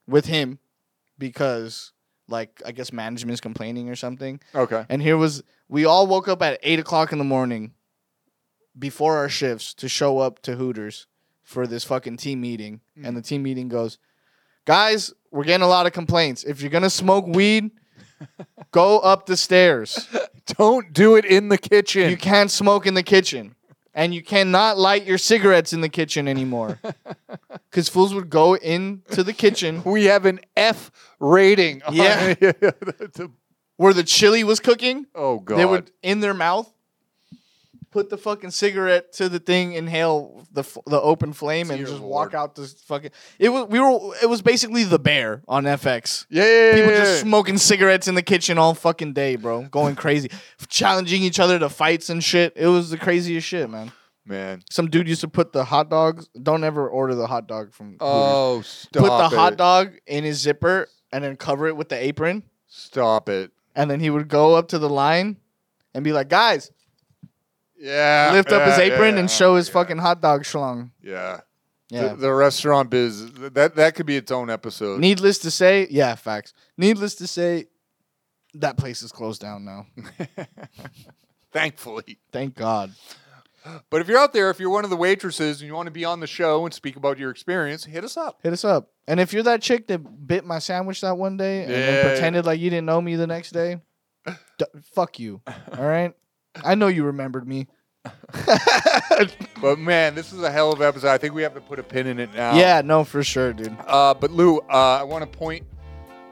with him because like I guess management's complaining or something.
okay.
And here was we all woke up at eight o'clock in the morning before our shifts to show up to Hooters for this fucking team meeting. And the team meeting goes, Guys, we're getting a lot of complaints. If you're gonna smoke weed, go up the stairs.
Don't do it in the kitchen.
You can't smoke in the kitchen. And you cannot light your cigarettes in the kitchen anymore. Cause fools would go into the kitchen
we have an F rating. on-
Yeah.
The- the-
where the chili was cooking
oh god.
They would in their mouth put the fucking cigarette to the thing, inhale the f- the open flame, and
Dear
just
Lord.
walk out this fucking. It was we were it was basically the bear on FX.
yeah, yeah, yeah,
People
yeah,
just
yeah.
smoking cigarettes in the kitchen all fucking day, bro, going crazy, challenging each other to fights and shit. It was the craziest shit, man.
man.
Some dude used to put the hot dogs. Don't ever order the hot dog from. Hooters.
Oh, stop
put the
it.
hot dog in his zipper and then cover it with the apron
Stop it.
and then he would go up to the line and be like, "Guys,
Yeah.
lift up his
yeah,
apron
yeah,
and show his
yeah,
fucking hot dog schlong."
Yeah.
Yeah.
The, the restaurant biz that that could be its own episode.
Needless to say, yeah, facts. Needless to say, that place is closed down now.
Thankfully.
Thank God.
But if you're out there, if you're one of the waitresses and you want to be on the show and speak about your experience, hit us up.
Hit us up. And if you're that chick that bit my sandwich that one day and then
Yeah.
pretended like you didn't know me the next day, d- fuck you. All right? I know you remembered me.
But man, this is a hell of an episode. I think we have to put a pin in it now.
yeah, no, for sure, dude.
Uh, but Lou, uh, I want to point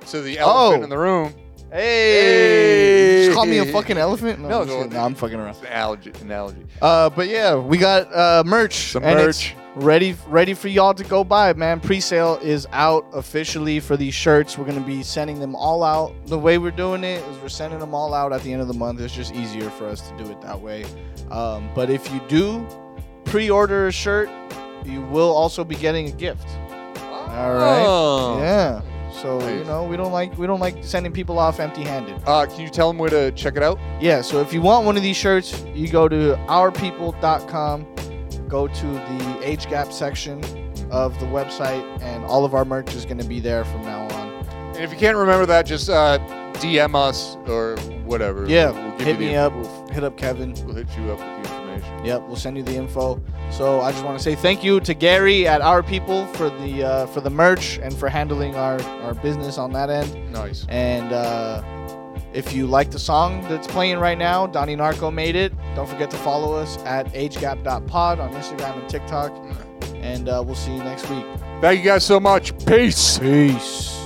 to the elephant
Oh.
in the room.
Hey,
Hey.
Just call me a fucking elephant. No,
No,
I'm just
no.
kidding. No, I'm fucking around.
It's an allergy. Analogy.
Uh, but yeah, we got uh, merch.
Some
and
merch.
it's ready, ready for y'all to go buy, man. Pre-sale is out officially for these shirts. We're gonna be sending them all out. The way we're doing it is we're sending them all out at the end of the month. It's just easier for us to do it that way. Um, but if you do pre-order a shirt, you will also be getting a gift. All right.
Oh.
Yeah. So you
Nice.
know we don't like we don't like sending people off empty-handed.
Uh, can you tell them where to check it out?
Yeah, so if you want one of these shirts, you go to ourpeople.com, go to the age gap section of the website, and all of our merch is going to be there from now on.
And if you can't remember that, just uh, DM us or whatever.
Yeah,
We'll give
hit
you the
me
info.
up, hit up Kevin.
We'll hit you up with the information. information.
Yep, we'll send you the info. So I just want to say thank you to Gary at Our People for the uh, for the merch and for handling our our business on that end.
Nice.
And uh, if you like the song that's playing right now, Donnie Narco made it. Don't forget to follow us at agegap.pod on Instagram and TikTok. And uh, we'll see you next week.
Thank you guys so much. Peace.
Peace.